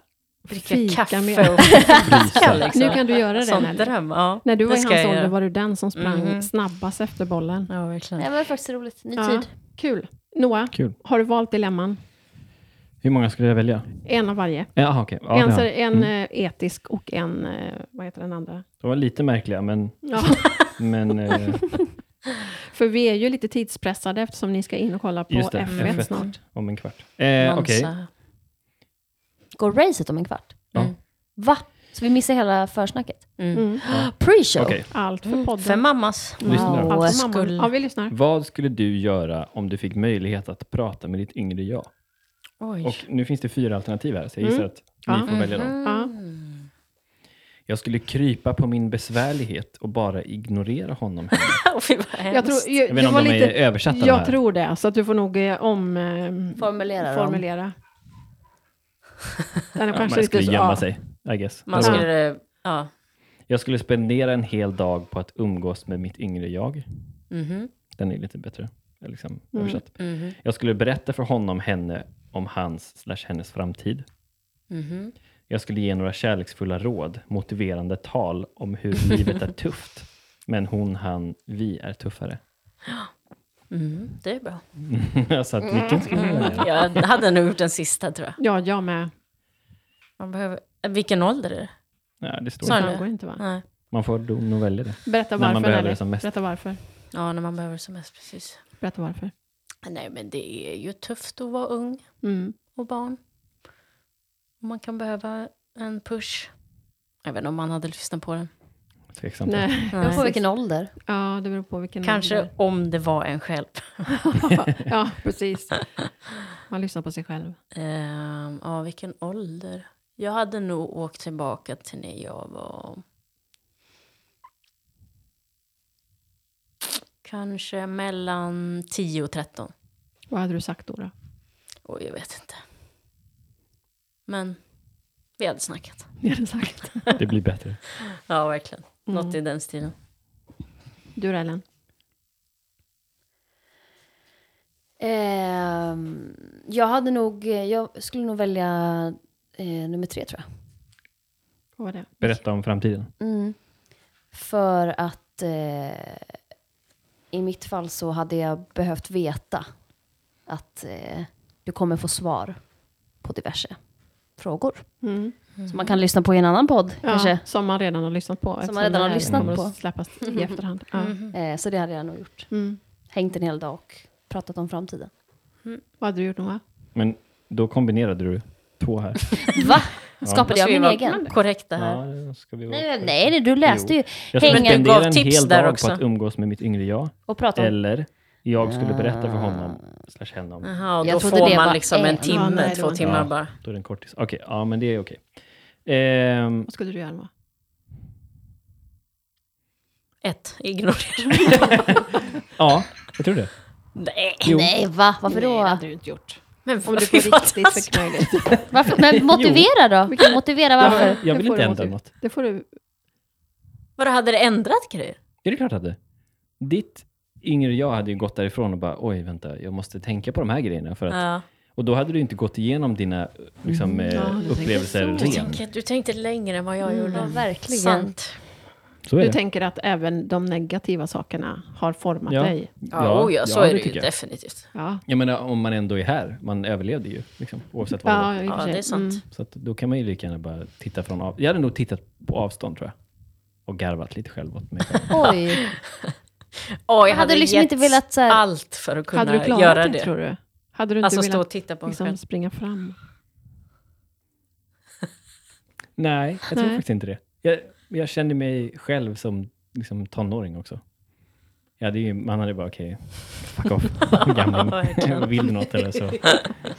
[SPEAKER 4] dricka
[SPEAKER 3] Fika
[SPEAKER 4] kaffe
[SPEAKER 3] med-
[SPEAKER 4] och fika
[SPEAKER 1] Frysa.
[SPEAKER 4] liksom.
[SPEAKER 3] Nu kan du göra det.
[SPEAKER 4] Sån
[SPEAKER 3] Nelly.
[SPEAKER 4] dröm, ja.
[SPEAKER 3] När du var
[SPEAKER 4] Det
[SPEAKER 3] i
[SPEAKER 4] ska
[SPEAKER 3] hans
[SPEAKER 4] jag
[SPEAKER 3] ålder
[SPEAKER 4] göra.
[SPEAKER 3] var du den som sprang
[SPEAKER 4] Mhm.
[SPEAKER 3] snabbast efter bollen.
[SPEAKER 4] Ja, verkligen.
[SPEAKER 2] Nej men det var faktiskt roligt, ny
[SPEAKER 3] Ja,
[SPEAKER 2] tid.
[SPEAKER 3] Kul. Noah,
[SPEAKER 1] kul.
[SPEAKER 3] har du valt dilemman?
[SPEAKER 1] Hur många skulle jag välja?
[SPEAKER 3] En av varje.
[SPEAKER 1] Eh, Jaha, okej. Ja,
[SPEAKER 3] en
[SPEAKER 1] det
[SPEAKER 3] så,
[SPEAKER 1] har-
[SPEAKER 3] en
[SPEAKER 1] Mm.
[SPEAKER 3] eh, etisk och en, eh, vad heter den andra?
[SPEAKER 1] De var lite märkliga, men...
[SPEAKER 3] Ja.
[SPEAKER 1] men eh,
[SPEAKER 3] För vi är ju lite tidspressade eftersom ni ska in och kolla på
[SPEAKER 1] Just det,
[SPEAKER 3] F1,
[SPEAKER 1] F1.
[SPEAKER 3] snart.
[SPEAKER 1] om en kvart. Eh,
[SPEAKER 4] Monza.
[SPEAKER 1] okej.
[SPEAKER 2] Går racet om en kvart?
[SPEAKER 1] Ja.
[SPEAKER 4] Mm.
[SPEAKER 2] Va? Så vi missar hela försnacket?
[SPEAKER 4] Mm.
[SPEAKER 3] Mm.
[SPEAKER 2] Pre-show?
[SPEAKER 1] Okej.
[SPEAKER 3] Allt för podden.
[SPEAKER 4] För mammas.
[SPEAKER 1] Lyssna då.
[SPEAKER 2] Wow.
[SPEAKER 3] Allt för mamman.
[SPEAKER 4] Skull.
[SPEAKER 3] Ja, vi lyssnar.
[SPEAKER 1] Vad skulle du göra om du fick möjlighet att prata med ditt yngre jag?
[SPEAKER 4] Oj.
[SPEAKER 1] Och nu finns det fyra alternativ här, så jag gissar
[SPEAKER 3] Mm.
[SPEAKER 1] att
[SPEAKER 3] Ja. Mm-hmm.
[SPEAKER 1] ni får välja dem.
[SPEAKER 3] Ja.
[SPEAKER 1] Jag skulle krypa på min besvärlighet och bara ignorera honom.
[SPEAKER 4] Och Fy vad hemskt.
[SPEAKER 3] Jag, tror, jag,
[SPEAKER 1] Jag vet inte
[SPEAKER 3] det
[SPEAKER 1] om
[SPEAKER 3] var
[SPEAKER 1] de är
[SPEAKER 3] lite,
[SPEAKER 1] översatta de
[SPEAKER 3] jag
[SPEAKER 1] här.
[SPEAKER 3] tror det, så att du får nog eh, om, eh,
[SPEAKER 2] Formulera dem.
[SPEAKER 3] formulera. Den är
[SPEAKER 1] ja,
[SPEAKER 3] kanske
[SPEAKER 1] man
[SPEAKER 3] lite
[SPEAKER 1] skulle
[SPEAKER 3] så-
[SPEAKER 1] gömma
[SPEAKER 3] ja.
[SPEAKER 1] sig, I guess.
[SPEAKER 4] Man skulle... Ja.
[SPEAKER 1] Jag skulle spendera en hel dag på att umgås med mitt yngre jag.
[SPEAKER 4] Mhm.
[SPEAKER 1] Den är lite bättre eh, liksom,
[SPEAKER 3] Mm.
[SPEAKER 1] översatt. Jag skulle berätta för honom, henne, om hans slash hennes framtid.
[SPEAKER 4] Mhm.
[SPEAKER 1] Jag skulle ge några kärleksfulla råd, motiverande tal om hur livet är tufft. Men hon, han, vi är tuffare.
[SPEAKER 4] Mhm. Det är bra.
[SPEAKER 1] Så att vilken skulle
[SPEAKER 4] Mm.
[SPEAKER 1] du välja?
[SPEAKER 4] Jag hade nog gjort den sista tror jag.
[SPEAKER 3] Ja, jag med.
[SPEAKER 4] Man behöver... Eh, Vilken ålder är det?
[SPEAKER 1] Ja, det står
[SPEAKER 3] Det
[SPEAKER 4] Sa
[SPEAKER 1] inte.
[SPEAKER 4] du?
[SPEAKER 3] framgår inte va?
[SPEAKER 4] Nej.
[SPEAKER 1] Man får då nog välja det.
[SPEAKER 3] Berätta
[SPEAKER 1] När man
[SPEAKER 3] varför,
[SPEAKER 1] behöver
[SPEAKER 3] Nelly.
[SPEAKER 1] det som mest.
[SPEAKER 3] Berätta varför.
[SPEAKER 4] Ja, när man behöver som mest. Precis.
[SPEAKER 3] Berätta varför.
[SPEAKER 4] Nej, men det är ju tufft att vara ung.
[SPEAKER 3] Mm.
[SPEAKER 4] och barn. Och Man kan behöva en push. Även om man hade lyssnat på den.
[SPEAKER 1] Tveksamt.
[SPEAKER 3] Nej.
[SPEAKER 2] Det beror på vilken ålder.
[SPEAKER 3] Ja, det beror på vilken
[SPEAKER 4] Kanske
[SPEAKER 3] ålder.
[SPEAKER 4] om det var en själv.
[SPEAKER 3] ja, precis. Man lyssnar på sig själv.
[SPEAKER 4] Ehm, ja, vilken ålder. Jag hade nog åkt tillbaka till när jag var... Kanske mellan 10 och 13.
[SPEAKER 3] Vad hade du sagt då? då?
[SPEAKER 4] Oj, jag vet inte. Men vi hade snackat.
[SPEAKER 3] Ni hade sagt. Mm.
[SPEAKER 1] Det blir bättre.
[SPEAKER 4] Ja, verkligen. Något i den stilen.
[SPEAKER 3] Du då, Ellen?
[SPEAKER 2] Ehm, jag hade nog, jag skulle nog välja eh, nummer tre tror jag.
[SPEAKER 3] Vad var det?
[SPEAKER 1] Berätta om framtiden.
[SPEAKER 2] Mm. För att eh, i mitt fall så hade jag behövt veta att eh, du kommer få svar på diverse frågor.
[SPEAKER 3] Mm.
[SPEAKER 2] Som man kan lyssna på i en annan podd kanske.
[SPEAKER 3] Ja, som man redan har lyssnat på. eftersom
[SPEAKER 2] redan har
[SPEAKER 3] det här
[SPEAKER 2] lyssnat
[SPEAKER 3] kommer
[SPEAKER 2] på.
[SPEAKER 3] att släppas i efterhand. Ja.
[SPEAKER 2] Eh, så det hade jag nog gjort.
[SPEAKER 3] Mm.
[SPEAKER 2] Hängt en hel dag och pratat om framtiden.
[SPEAKER 3] Vad hade du gjort, Noah?
[SPEAKER 1] Men då kombinerade du två här.
[SPEAKER 2] Va? Skapade jag
[SPEAKER 4] Måste vi
[SPEAKER 2] min
[SPEAKER 4] vara
[SPEAKER 2] egen?
[SPEAKER 4] korrekta här.
[SPEAKER 1] Ja, det ska vi vara
[SPEAKER 2] Nej, nej, nej, du läste ju
[SPEAKER 1] Jag skulle
[SPEAKER 2] Hänga-
[SPEAKER 4] Men du
[SPEAKER 1] spendera
[SPEAKER 4] gav
[SPEAKER 1] en
[SPEAKER 4] tips
[SPEAKER 1] hel
[SPEAKER 4] där
[SPEAKER 1] dag
[SPEAKER 4] också.
[SPEAKER 1] på att umgås med mitt yngre jag.
[SPEAKER 2] och pratade om...
[SPEAKER 1] Eller jag skulle berätta för honom, slash henne om.
[SPEAKER 4] Jaha, och
[SPEAKER 2] Jag
[SPEAKER 4] då
[SPEAKER 2] trodde
[SPEAKER 4] får
[SPEAKER 2] det
[SPEAKER 4] man
[SPEAKER 2] var
[SPEAKER 4] liksom en
[SPEAKER 2] en.
[SPEAKER 4] timme,
[SPEAKER 3] Ja, nej, det
[SPEAKER 4] två
[SPEAKER 3] var-
[SPEAKER 4] timmar
[SPEAKER 1] Ja.
[SPEAKER 4] bara.
[SPEAKER 1] Då är det en kortis. Okej, ja men det är okej. Ehm,
[SPEAKER 3] Vad skulle du göra Alma?
[SPEAKER 4] Ett, ignorera.
[SPEAKER 1] ja, jag tror det.
[SPEAKER 4] Nej,
[SPEAKER 1] Jo.
[SPEAKER 2] Nej, va? Varför
[SPEAKER 3] Nej, det
[SPEAKER 2] då?
[SPEAKER 3] hade du inte gjort.
[SPEAKER 4] men
[SPEAKER 3] Om du
[SPEAKER 4] varför
[SPEAKER 3] på
[SPEAKER 4] var
[SPEAKER 3] riktigt
[SPEAKER 4] taskig?
[SPEAKER 3] fick möjlighet.
[SPEAKER 2] Varför? Men motivera då. Motivera varför.
[SPEAKER 1] Jag
[SPEAKER 3] Det
[SPEAKER 1] vill
[SPEAKER 3] får
[SPEAKER 1] inte
[SPEAKER 3] du
[SPEAKER 1] ändra
[SPEAKER 3] motiv-
[SPEAKER 1] något.
[SPEAKER 3] Det får du
[SPEAKER 4] Vadå, hade det ändrat grejer?
[SPEAKER 1] Det är det klart att det. Ditt yngre jag hade ju gått därifrån och bara oj vänta, jag måste tänka på de här grejerna. För att,
[SPEAKER 4] Ja.
[SPEAKER 1] Och då hade du inte gått igenom dina liksom, eh,
[SPEAKER 3] Ja, du tänker
[SPEAKER 1] upplevelser
[SPEAKER 3] så.
[SPEAKER 4] Du,
[SPEAKER 1] ren.
[SPEAKER 4] tänker, du tänkte längre än vad jag gjorde.
[SPEAKER 2] Ja, verkligen.
[SPEAKER 4] Sant.
[SPEAKER 1] Så är
[SPEAKER 3] Du
[SPEAKER 1] det.
[SPEAKER 3] tänker att även de negativa sakerna har format
[SPEAKER 1] Ja.
[SPEAKER 3] dig?
[SPEAKER 4] Ja, ja, oh ja, så är det ju
[SPEAKER 1] tycker jag.
[SPEAKER 4] definitivt.
[SPEAKER 3] Ja,
[SPEAKER 1] Jag menar om man ändå är här, man överlevde ju. Liksom, oavsett vad det var.
[SPEAKER 3] i och för
[SPEAKER 4] Ja,
[SPEAKER 3] sig.
[SPEAKER 4] det är sant.
[SPEAKER 3] Mm.
[SPEAKER 1] Så att då kan man ju lika gärna bara titta från av. Jag hade nog tittat på avstånd tror jag. Och garvat lite själv åt mig själv.
[SPEAKER 2] Oj.
[SPEAKER 4] Åh, jag
[SPEAKER 2] hade liksom
[SPEAKER 4] gett
[SPEAKER 2] inte velat så här-
[SPEAKER 4] allt för att kunna
[SPEAKER 3] Hade du klarat
[SPEAKER 4] göra
[SPEAKER 3] det,
[SPEAKER 4] det.
[SPEAKER 3] tror du? Hade du inte
[SPEAKER 4] Alltså stå och
[SPEAKER 3] velat
[SPEAKER 4] titta på mig
[SPEAKER 3] liksom,
[SPEAKER 4] själv.
[SPEAKER 3] springa fram?
[SPEAKER 1] Nej, jag tror
[SPEAKER 3] Nej.
[SPEAKER 1] faktiskt inte det. Jag, jag kände mig själv som liksom, tonåring också. Ja, det är ju, man hade bara okej, fuck off, gamling.
[SPEAKER 4] verkligen.
[SPEAKER 1] Vill du något eller så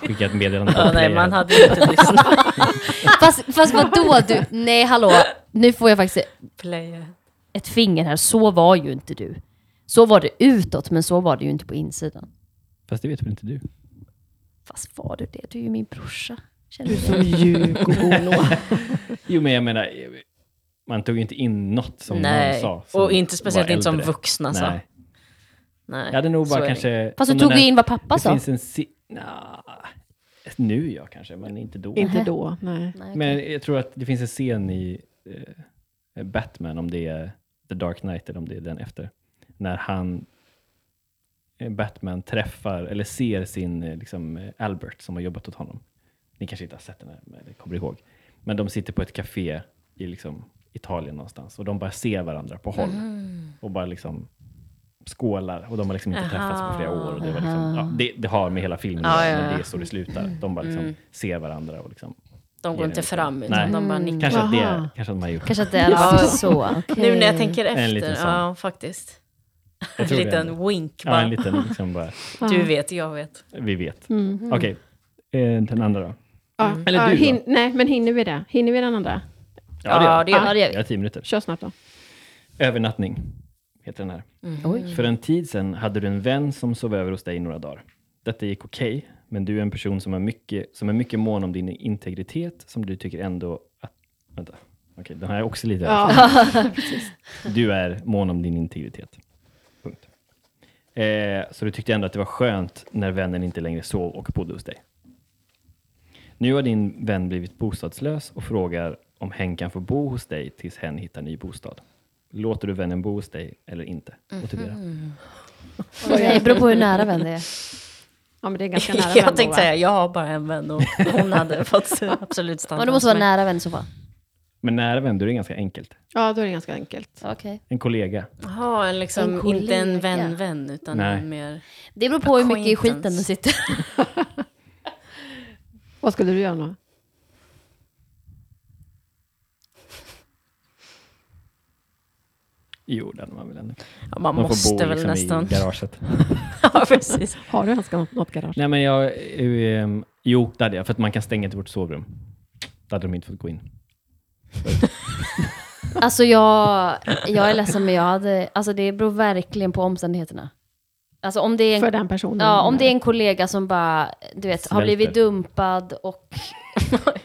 [SPEAKER 1] skicka ett meddelande på
[SPEAKER 4] Ja, nej,
[SPEAKER 1] player.
[SPEAKER 4] man hade ju inte lyssnat.
[SPEAKER 2] Fast, fast vadå du? Nej, hallå. Nu får jag faktiskt
[SPEAKER 4] Player.
[SPEAKER 2] ett finger här. Så var ju inte du. Så var det utåt, men så var det ju inte på insidan.
[SPEAKER 1] Fast det vet väl inte du?
[SPEAKER 2] Fast var du det? Du är ju min brorsa. Känner
[SPEAKER 3] Du
[SPEAKER 2] du
[SPEAKER 3] är så mjuk och god
[SPEAKER 1] Jo, men jag menar, man tog ju inte in något som någon
[SPEAKER 4] nej,
[SPEAKER 1] sa. som
[SPEAKER 4] och inte speciellt
[SPEAKER 1] var
[SPEAKER 4] inte som
[SPEAKER 1] äldre.
[SPEAKER 4] vuxna sa.
[SPEAKER 1] Nej,
[SPEAKER 4] Nej,
[SPEAKER 1] jag hade nog
[SPEAKER 4] så
[SPEAKER 1] bara
[SPEAKER 4] är det.
[SPEAKER 1] kanske...
[SPEAKER 2] Fast
[SPEAKER 1] som
[SPEAKER 2] du tog
[SPEAKER 1] den
[SPEAKER 2] ju
[SPEAKER 1] där-
[SPEAKER 2] in vad pappa
[SPEAKER 1] Det
[SPEAKER 2] sa.
[SPEAKER 1] finns en... Si- Nja, nu ja kanske, men inte då.
[SPEAKER 3] Inte då, nej.
[SPEAKER 2] Nej, okej.
[SPEAKER 1] Men jag tror att det finns en scen i eh, Batman, om det är The Dark Knight eller om det är den efter, när han, eh, Batman träffar eller ser sin eh, liksom, eh, Albert som har jobbat åt honom. Ni kanske inte har sett den här, men jag kommer ihåg. Men de sitter på ett café i liksom, Italien någonstans och de bara ser varandra på håll
[SPEAKER 4] Mm.
[SPEAKER 1] och bara liksom skålar och de har liksom inte träffats på flera år. Och det, var liksom, ja, det, det har med hela filmen
[SPEAKER 4] Ja,
[SPEAKER 1] att göra,
[SPEAKER 4] ja,
[SPEAKER 1] men
[SPEAKER 4] ja. Mm.
[SPEAKER 1] det är så det slutar. De bara liksom ser varandra och liksom
[SPEAKER 4] De
[SPEAKER 1] Ge
[SPEAKER 4] går inte
[SPEAKER 1] den
[SPEAKER 4] fram,
[SPEAKER 1] lite.
[SPEAKER 4] utan
[SPEAKER 1] Nej.
[SPEAKER 4] de bara nickar.
[SPEAKER 1] Kanske att, det,
[SPEAKER 3] Aha.
[SPEAKER 1] kanske att man har gjort.
[SPEAKER 2] Kanske att det är alltså
[SPEAKER 4] Ja.
[SPEAKER 2] så. okej.
[SPEAKER 4] Nu när jag tänker
[SPEAKER 1] En liten
[SPEAKER 4] efter,
[SPEAKER 1] sån.
[SPEAKER 4] ja faktiskt. En
[SPEAKER 1] Jag tror det
[SPEAKER 4] liten
[SPEAKER 1] ändå.
[SPEAKER 4] wink
[SPEAKER 1] Ja,
[SPEAKER 4] bara.
[SPEAKER 1] en liten liksom bara,
[SPEAKER 4] Du vet, jag vet.
[SPEAKER 1] vi vet.
[SPEAKER 3] Mm.
[SPEAKER 1] Okej, eh, den andra då?
[SPEAKER 3] Ja,
[SPEAKER 1] Eller
[SPEAKER 3] ja,
[SPEAKER 1] du då?
[SPEAKER 3] hin- nej, men hinner vi det? Hinner vi den andra?
[SPEAKER 4] Ja, det gör
[SPEAKER 2] vi. Ja, det gör vi.
[SPEAKER 1] Jag har tio minuter.
[SPEAKER 3] Kör snabbt då.
[SPEAKER 1] Övernattning heter den här.
[SPEAKER 2] Oj.
[SPEAKER 1] För en tid sedan hade du en vän som sov över hos dig i några dagar. Detta gick okej, men du är en person som är, mycket, som är mycket mån om din integritet, som du tycker ändå att... Vänta, okej, den här är också lite...
[SPEAKER 3] Ja.
[SPEAKER 1] Du är mån om din integritet. Punkt. Eh, så du tyckte ändå att det var skönt när vännen inte längre sov och bodde hos dig. Nu har din vän blivit bostadslös och frågar om hen kan få bo hos dig tills hen hittar ny bostad. Låter du vännen bo hos dig eller inte? Motivera.
[SPEAKER 2] Det beror på hur nära vän det är.
[SPEAKER 3] ja, men det är ganska nära vän
[SPEAKER 4] Jag
[SPEAKER 3] då,
[SPEAKER 4] tänkte
[SPEAKER 3] va?
[SPEAKER 4] säga, jag har bara en vän och hon hade fått absolut stanna
[SPEAKER 2] Men det måste vara
[SPEAKER 4] hos mig.
[SPEAKER 2] nära vän i så fall.
[SPEAKER 1] Men nära vän, då är det ganska enkelt.
[SPEAKER 3] Ja, då är det ganska enkelt.
[SPEAKER 2] Okej.
[SPEAKER 1] En kollega.
[SPEAKER 4] Jaha, en liksom,
[SPEAKER 2] En
[SPEAKER 4] inte en
[SPEAKER 2] kollega.
[SPEAKER 4] vän-vän, utan
[SPEAKER 1] Nej.
[SPEAKER 4] en mer...
[SPEAKER 2] Det beror på hur mycket i skiten
[SPEAKER 4] Acquaintance.
[SPEAKER 2] den sitter.
[SPEAKER 3] Vad skulle du göra då?
[SPEAKER 1] Jo, den man väl ändå.
[SPEAKER 4] Ja, man,
[SPEAKER 1] Man
[SPEAKER 4] måste
[SPEAKER 1] får bo
[SPEAKER 4] väl
[SPEAKER 1] liksom
[SPEAKER 4] nästan.
[SPEAKER 1] i garaget.
[SPEAKER 4] ja, precis.
[SPEAKER 3] Har du ens något- något garage?
[SPEAKER 1] Nej, men jag... ehm, jo, det hade jag. För att man kan stänga till vårt sovrum. Då hade de inte fått gå in.
[SPEAKER 2] Alltså jag, jag är ledsen men jag hade, alltså det beror verkligen på omständigheterna. Alltså om det är
[SPEAKER 3] För
[SPEAKER 2] en,
[SPEAKER 3] den personen?
[SPEAKER 4] Mm.
[SPEAKER 2] ja, om det är en kollega som bara, du vet, har
[SPEAKER 1] Svälter.
[SPEAKER 2] blivit dumpad och...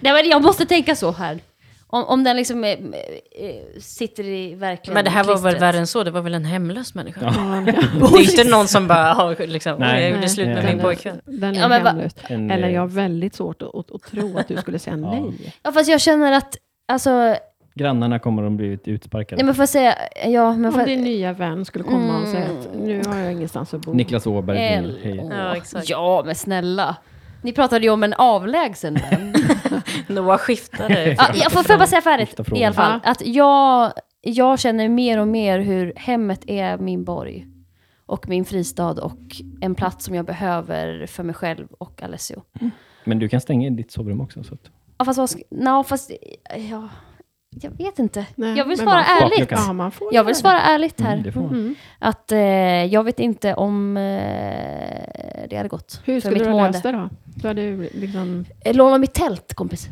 [SPEAKER 2] Nej men jag måste tänka så här. Om, om den liksom eh, eh, sitter i verkligen
[SPEAKER 4] Men det här var väl
[SPEAKER 2] klistret.
[SPEAKER 4] värre än så, det var väl en hemlös människa?
[SPEAKER 3] Ja, nej.
[SPEAKER 4] Det är inte någon som bara, ja, liksom,
[SPEAKER 1] Nej.
[SPEAKER 4] "Oj, jag gjorde
[SPEAKER 3] Nej.
[SPEAKER 4] slut med
[SPEAKER 1] Nej.
[SPEAKER 4] min pojkvän.
[SPEAKER 3] Den är
[SPEAKER 2] Ja, men va-
[SPEAKER 3] hemlös.
[SPEAKER 1] En,
[SPEAKER 3] Eller
[SPEAKER 1] eh,
[SPEAKER 3] jag har väldigt svårt att, att, att tro att du skulle säga nej.
[SPEAKER 2] Ja fast jag känner att, alltså, nej
[SPEAKER 1] Grannarna kommer de blivit utsparkade.
[SPEAKER 2] men får jag säga, ja men
[SPEAKER 3] Om
[SPEAKER 2] för,
[SPEAKER 3] din nya vän skulle komma och säga att nu har jag ingenstans att bo.
[SPEAKER 1] Niklas Åberg
[SPEAKER 2] El-
[SPEAKER 1] ringer. Hej.
[SPEAKER 4] Ja, exakt.
[SPEAKER 2] Ja, men snälla. Ni pratade ju om en avlägsen vän.
[SPEAKER 4] Noah skiftade.
[SPEAKER 2] ja, jag får, får jag bara säga färdigt
[SPEAKER 1] Skifta fråga.
[SPEAKER 2] i alla fall. Att jag, jag känner mer och mer hur hemmet är min borg. Och min fristad och en plats som jag behöver för mig själv och Alessio.
[SPEAKER 1] Men du kan stänga ditt sovrum också. Så att...
[SPEAKER 2] Ja, fast, vad ska- no, fast ja, jag vet inte.
[SPEAKER 3] Nej,
[SPEAKER 2] jag vill
[SPEAKER 3] men
[SPEAKER 2] svara
[SPEAKER 3] man
[SPEAKER 1] får-
[SPEAKER 2] ärligt.
[SPEAKER 1] Jag kan-
[SPEAKER 3] Ja, man får
[SPEAKER 2] Jag vill
[SPEAKER 3] göra
[SPEAKER 2] svara ärligt här.
[SPEAKER 1] Mm, det får man.
[SPEAKER 3] Mm.
[SPEAKER 2] Att eh, jag vet inte om eh, det hade gått för
[SPEAKER 3] Hur skulle
[SPEAKER 2] mitt
[SPEAKER 3] du ha
[SPEAKER 2] mående.
[SPEAKER 3] löst det då? Du hade ju liksom...
[SPEAKER 2] Eh, Låna mitt tält, kompis.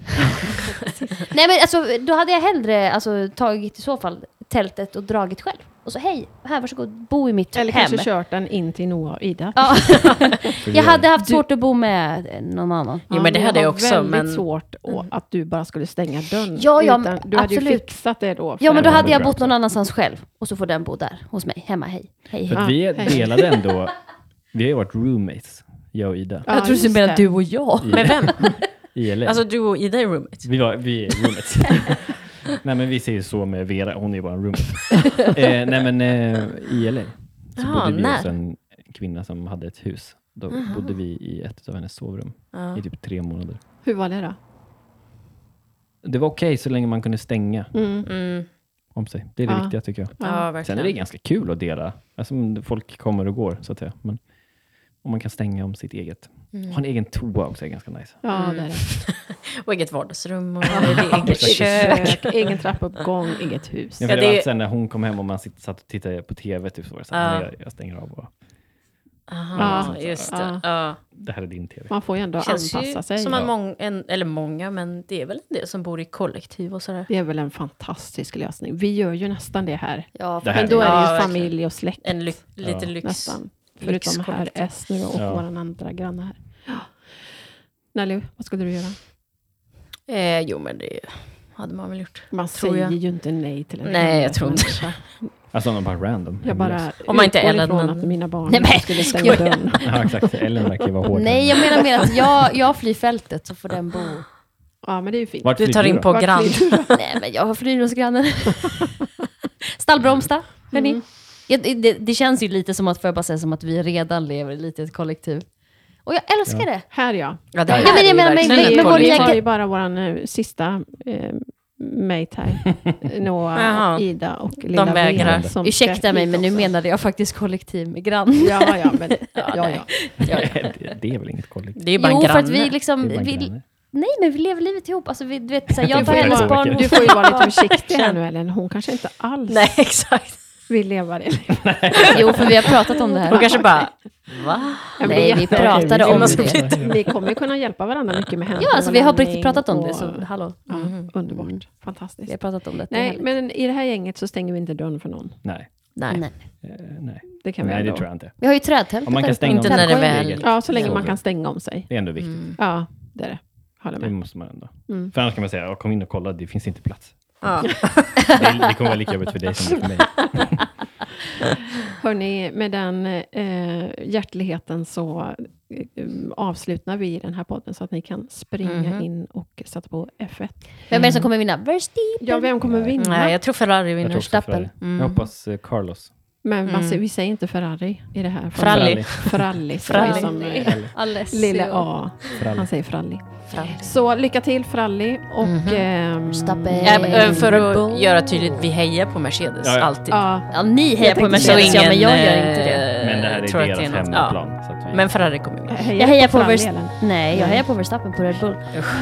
[SPEAKER 2] Nej men alltså, då hade jag hellre alltså, tagit i så fall tältet och dragit själv. Och så hej, här varsågod, bo i mitt
[SPEAKER 3] Eller
[SPEAKER 2] hem.
[SPEAKER 3] kanske kört den in till Noah och Ida.
[SPEAKER 2] Ja.
[SPEAKER 1] För
[SPEAKER 2] jag
[SPEAKER 1] det-
[SPEAKER 2] hade haft svårt att bo med eh, någon annan.
[SPEAKER 4] Jo, men det
[SPEAKER 3] ni
[SPEAKER 4] hade jag
[SPEAKER 3] har
[SPEAKER 4] också,
[SPEAKER 3] väldigt
[SPEAKER 4] men- Mm.
[SPEAKER 3] svårt å- att du bara skulle stänga dörren.
[SPEAKER 2] Ja, ja,
[SPEAKER 3] utan,
[SPEAKER 2] men
[SPEAKER 3] du hade ju
[SPEAKER 2] absolut.
[SPEAKER 3] fixat det då.
[SPEAKER 2] Ja men då
[SPEAKER 1] det var
[SPEAKER 2] hade jag
[SPEAKER 1] bra.
[SPEAKER 2] bott någon annanstans själv. Och så får den bo där hos mig, hemma, hej. hej,
[SPEAKER 1] För
[SPEAKER 2] hej.
[SPEAKER 1] att vi
[SPEAKER 3] Ja,
[SPEAKER 1] är
[SPEAKER 3] hej.
[SPEAKER 1] delade ändå. Vi har ju varit roommates, jag och Ida,
[SPEAKER 3] Ja, just det.
[SPEAKER 4] och jag. Med vem?
[SPEAKER 1] i LA.
[SPEAKER 4] Alltså du och Ida är roommates.
[SPEAKER 1] Vi, var, vi är roommates. nej men vi ser ju så med Vera, hon är ju bara en roommate. eh, nej men eh, i LA så
[SPEAKER 4] Jaha,
[SPEAKER 1] bodde vi
[SPEAKER 4] när?
[SPEAKER 1] hos en kvinna som hade ett hus. Då bodde vi i ett av hennes sovrum
[SPEAKER 4] Ja.
[SPEAKER 1] i typ tre månader.
[SPEAKER 3] Hur var det då?
[SPEAKER 1] Det var okej så länge man kunde stänga
[SPEAKER 4] Mm.
[SPEAKER 1] om sig. Det är det
[SPEAKER 3] Ja.
[SPEAKER 1] viktiga tycker jag.
[SPEAKER 4] Ja,
[SPEAKER 1] Sen är det
[SPEAKER 4] verkligen.
[SPEAKER 1] ganska kul att dela. Alltså, om folk kommer och går så att säga. Men om man kan stänga om sitt eget.
[SPEAKER 4] Mm.
[SPEAKER 1] Ha en egen toa också är ganska nice.
[SPEAKER 3] Ja, det är det.
[SPEAKER 4] Och eget vardagsrum och eget
[SPEAKER 1] precis.
[SPEAKER 4] kök.
[SPEAKER 3] Kök, egen trappuppgång, eget hus.
[SPEAKER 1] Ja, för
[SPEAKER 4] Ja,
[SPEAKER 1] det var
[SPEAKER 4] det-
[SPEAKER 1] alltid sen när hon kom hem och man sitt, satt och tittade på TV, typ så var det så här,
[SPEAKER 4] Ja.
[SPEAKER 1] "Nej, jag, jag stänger av och
[SPEAKER 4] Aha, just det.
[SPEAKER 3] Ja.
[SPEAKER 4] Ja.
[SPEAKER 1] det här är din TV.
[SPEAKER 3] Man får ju ändå
[SPEAKER 4] Känns
[SPEAKER 3] anpassa sig.
[SPEAKER 4] ju som en, mång, en, eller många, men det är väl en del som bor i kollektiv och sådär.
[SPEAKER 3] Det är väl en fantastisk lösning. Vi gör ju nästan det här.
[SPEAKER 2] Ja,
[SPEAKER 1] Det här
[SPEAKER 3] Men då
[SPEAKER 1] är-
[SPEAKER 3] är det
[SPEAKER 4] Ja,
[SPEAKER 3] ju
[SPEAKER 4] verkligen.
[SPEAKER 3] familj och släkt.
[SPEAKER 4] En ly- lite lyx.
[SPEAKER 3] nästan. Förutom här
[SPEAKER 4] lyxkollektiv.
[SPEAKER 3] S nu och
[SPEAKER 1] Ja.
[SPEAKER 3] vår andra granne här. Ja. Nelly, vad skulle du göra?
[SPEAKER 4] Eh, jo, men det hade man väl gjort.
[SPEAKER 3] Man
[SPEAKER 4] Tror
[SPEAKER 3] säger
[SPEAKER 4] jag.
[SPEAKER 3] ju inte nej till en
[SPEAKER 4] Nej, jag
[SPEAKER 3] hemlös
[SPEAKER 4] tror inte
[SPEAKER 3] människa.
[SPEAKER 1] Alltså någon bara random.
[SPEAKER 3] Jag bara
[SPEAKER 4] Om man inte
[SPEAKER 3] utgår
[SPEAKER 4] är rädd,
[SPEAKER 3] ifrån
[SPEAKER 4] men-
[SPEAKER 3] att mina barn
[SPEAKER 2] Nej, men,
[SPEAKER 3] skulle stänga
[SPEAKER 4] skojar.
[SPEAKER 3] dörren.
[SPEAKER 1] Ja, exakt. Ellen verkar ju vara hård.
[SPEAKER 2] Nej, jag menar mer att jag, jag flyr fältet så får den bo.
[SPEAKER 3] Ja, men det är ju fint.
[SPEAKER 1] Vart
[SPEAKER 4] Du
[SPEAKER 1] flyr
[SPEAKER 4] tar in
[SPEAKER 1] då?
[SPEAKER 4] på
[SPEAKER 3] Vart
[SPEAKER 4] grann.
[SPEAKER 3] flyr du?
[SPEAKER 2] Nej, men jag flyr hos grannen. Stallbromsta, hörni.
[SPEAKER 3] Mm.
[SPEAKER 2] Ja, det- det, det känns ju lite som att, får jag bara säga, som att vi redan lever i ett litet kollektiv. Och jag älskar det.
[SPEAKER 3] Här ja.
[SPEAKER 4] Ja, det
[SPEAKER 1] Ja,
[SPEAKER 4] här
[SPEAKER 1] men
[SPEAKER 4] är
[SPEAKER 2] jag
[SPEAKER 4] ju
[SPEAKER 2] menar, men-
[SPEAKER 4] verkligen
[SPEAKER 2] men-
[SPEAKER 4] ett
[SPEAKER 2] men vår
[SPEAKER 3] vi
[SPEAKER 4] kollektiv.
[SPEAKER 2] egen-
[SPEAKER 3] tar ju bara vår sista eh, mate här. Noah,
[SPEAKER 4] Jaha.
[SPEAKER 3] Ida och lilla Vera
[SPEAKER 4] vägrar.
[SPEAKER 3] som ska
[SPEAKER 2] Ursäkta mig,
[SPEAKER 3] hit
[SPEAKER 2] men nu
[SPEAKER 3] också.
[SPEAKER 2] menade jag faktiskt kollektiv med grann.
[SPEAKER 3] Ja, ja, men, ja,
[SPEAKER 4] nej.
[SPEAKER 3] ja.
[SPEAKER 1] det, det är väl inget kollektiv?
[SPEAKER 4] Det är ju bara
[SPEAKER 2] jo,
[SPEAKER 4] en
[SPEAKER 2] för
[SPEAKER 4] granne.
[SPEAKER 2] att vi
[SPEAKER 1] Det
[SPEAKER 2] liksom...
[SPEAKER 1] är bara
[SPEAKER 2] Vi,
[SPEAKER 1] grannar.
[SPEAKER 2] nej, men vi lever livet ihop. Alltså, vi, du vet, så här,
[SPEAKER 1] Du
[SPEAKER 2] jag tar
[SPEAKER 1] får
[SPEAKER 2] hennes
[SPEAKER 1] ju-
[SPEAKER 2] barn.
[SPEAKER 3] Du får ju vara lite försiktig här nu, Ellen. Hon kanske inte alls
[SPEAKER 4] Nej, exakt.
[SPEAKER 3] vill leva det.
[SPEAKER 2] Jo, för vi har pratat om det
[SPEAKER 4] Hon
[SPEAKER 2] här.
[SPEAKER 4] kanske bara, va?
[SPEAKER 3] Men det är
[SPEAKER 2] Nej, vi
[SPEAKER 3] jätte-
[SPEAKER 2] pratade
[SPEAKER 4] Vi
[SPEAKER 2] om
[SPEAKER 4] måste
[SPEAKER 2] det.
[SPEAKER 3] Ni kommer ju kunna hjälpa varandra mycket med
[SPEAKER 2] Ja, alltså, vi har på riktigt pratat om det, så hallå.
[SPEAKER 3] Ja, underbart.
[SPEAKER 2] Mm. Vi har
[SPEAKER 3] Fantastiskt.
[SPEAKER 2] pratat om det. det är
[SPEAKER 3] Nej,
[SPEAKER 2] härligt.
[SPEAKER 3] men i det här gänget så stänger vi inte dörren för någon.
[SPEAKER 1] Nej.
[SPEAKER 4] Nej.
[SPEAKER 2] Nej.
[SPEAKER 1] Eh, nej.
[SPEAKER 3] Det kan vi
[SPEAKER 1] nej, det
[SPEAKER 3] ändå.
[SPEAKER 1] tror jag inte.
[SPEAKER 2] Vi har ju trädtältet
[SPEAKER 1] Om man
[SPEAKER 2] där
[SPEAKER 1] kan
[SPEAKER 2] uppe.
[SPEAKER 1] stänga
[SPEAKER 4] Inte
[SPEAKER 1] om
[SPEAKER 4] när
[SPEAKER 1] sitt
[SPEAKER 4] det väl-
[SPEAKER 1] eget.
[SPEAKER 3] Ja, så länge
[SPEAKER 1] Så
[SPEAKER 3] man
[SPEAKER 1] bra.
[SPEAKER 3] kan stänga om sig.
[SPEAKER 1] Det är ändå viktigt.
[SPEAKER 4] Mm.
[SPEAKER 3] Ja, det är det. Håller
[SPEAKER 1] Det
[SPEAKER 3] med.
[SPEAKER 1] måste man ändå.
[SPEAKER 3] Mm.
[SPEAKER 1] För annars kan man säga, "Ja, kom in och kolla, det finns inte plats.
[SPEAKER 4] Ja.
[SPEAKER 1] Det, det kommer vara lika jobbigt för dig som det är för mig.
[SPEAKER 3] Hörni, med den eh, hjärtligheten så eh, avslutar vi den här podden så att ni kan springa
[SPEAKER 4] Mhm.
[SPEAKER 3] in och sätta på F1.
[SPEAKER 2] Vem är det som kommer vinna? Versti?
[SPEAKER 3] Ja, vem kommer vinna?
[SPEAKER 4] Nej, jag tror Mm. Ferrari
[SPEAKER 1] Jag tror
[SPEAKER 4] vinner.
[SPEAKER 1] också
[SPEAKER 2] Verstappen.
[SPEAKER 1] Ferrari.
[SPEAKER 3] Mm.
[SPEAKER 1] Jag hoppas eh, Carlos.
[SPEAKER 3] Men man
[SPEAKER 4] Mm.
[SPEAKER 3] säger- vi säger inte Ferrari i det här.
[SPEAKER 4] Fralli.
[SPEAKER 3] Fralli.
[SPEAKER 4] Fralli.
[SPEAKER 3] Fralli. Som, eh,
[SPEAKER 2] Alessio.
[SPEAKER 3] lilla A. Han
[SPEAKER 1] Ferrari.
[SPEAKER 3] säger Fralli.
[SPEAKER 4] Ferrari.
[SPEAKER 3] Så lycka till Fralli och...
[SPEAKER 4] Mhm.
[SPEAKER 3] ehm,
[SPEAKER 2] Stappe.
[SPEAKER 4] Ja, men, eh, för
[SPEAKER 2] Red Bull.
[SPEAKER 4] att göra tydligt, vi hejar på Mercedes
[SPEAKER 1] Ja, ja.
[SPEAKER 4] alltid.
[SPEAKER 3] ja,
[SPEAKER 2] Ja, ni hejar
[SPEAKER 3] Jag
[SPEAKER 2] på
[SPEAKER 3] tänkte
[SPEAKER 2] Mercedes,
[SPEAKER 3] säga
[SPEAKER 2] ja, men jag gör inte det.
[SPEAKER 4] eh,
[SPEAKER 1] Men det här är
[SPEAKER 4] tror att
[SPEAKER 1] deras
[SPEAKER 4] det något-
[SPEAKER 1] hemmaplan.
[SPEAKER 4] ja.
[SPEAKER 1] Så att vi,
[SPEAKER 4] Men Ferrari kommer vinna.
[SPEAKER 2] Jag hejar på
[SPEAKER 3] Fralli,
[SPEAKER 2] Verst-
[SPEAKER 3] Ellen.
[SPEAKER 2] Nej, jag
[SPEAKER 3] Nej.
[SPEAKER 2] hejar på Verstappen på Red Bull.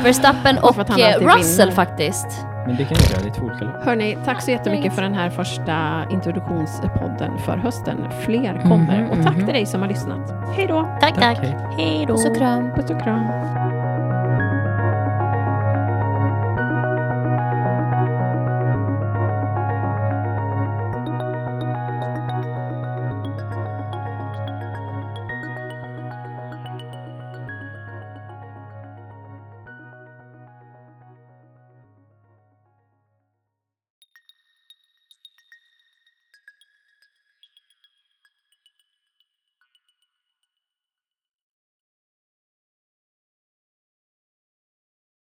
[SPEAKER 2] Verstappen
[SPEAKER 3] Och för att han
[SPEAKER 2] och eh,
[SPEAKER 3] alltid
[SPEAKER 2] Russell
[SPEAKER 3] vinner.
[SPEAKER 2] faktiskt.
[SPEAKER 1] men det kan vi göra, det är två olika lag.
[SPEAKER 3] Hörni, tack så jättemycket för den här första introduktionspodden för hösten. Fler kommer.
[SPEAKER 4] Mhm,
[SPEAKER 3] Och tack
[SPEAKER 4] mhm.
[SPEAKER 3] till dig som har lyssnat. Hej då!
[SPEAKER 2] Tack, tack.
[SPEAKER 1] hej.
[SPEAKER 2] Hej då. Puss och kram.
[SPEAKER 3] Puss och kram.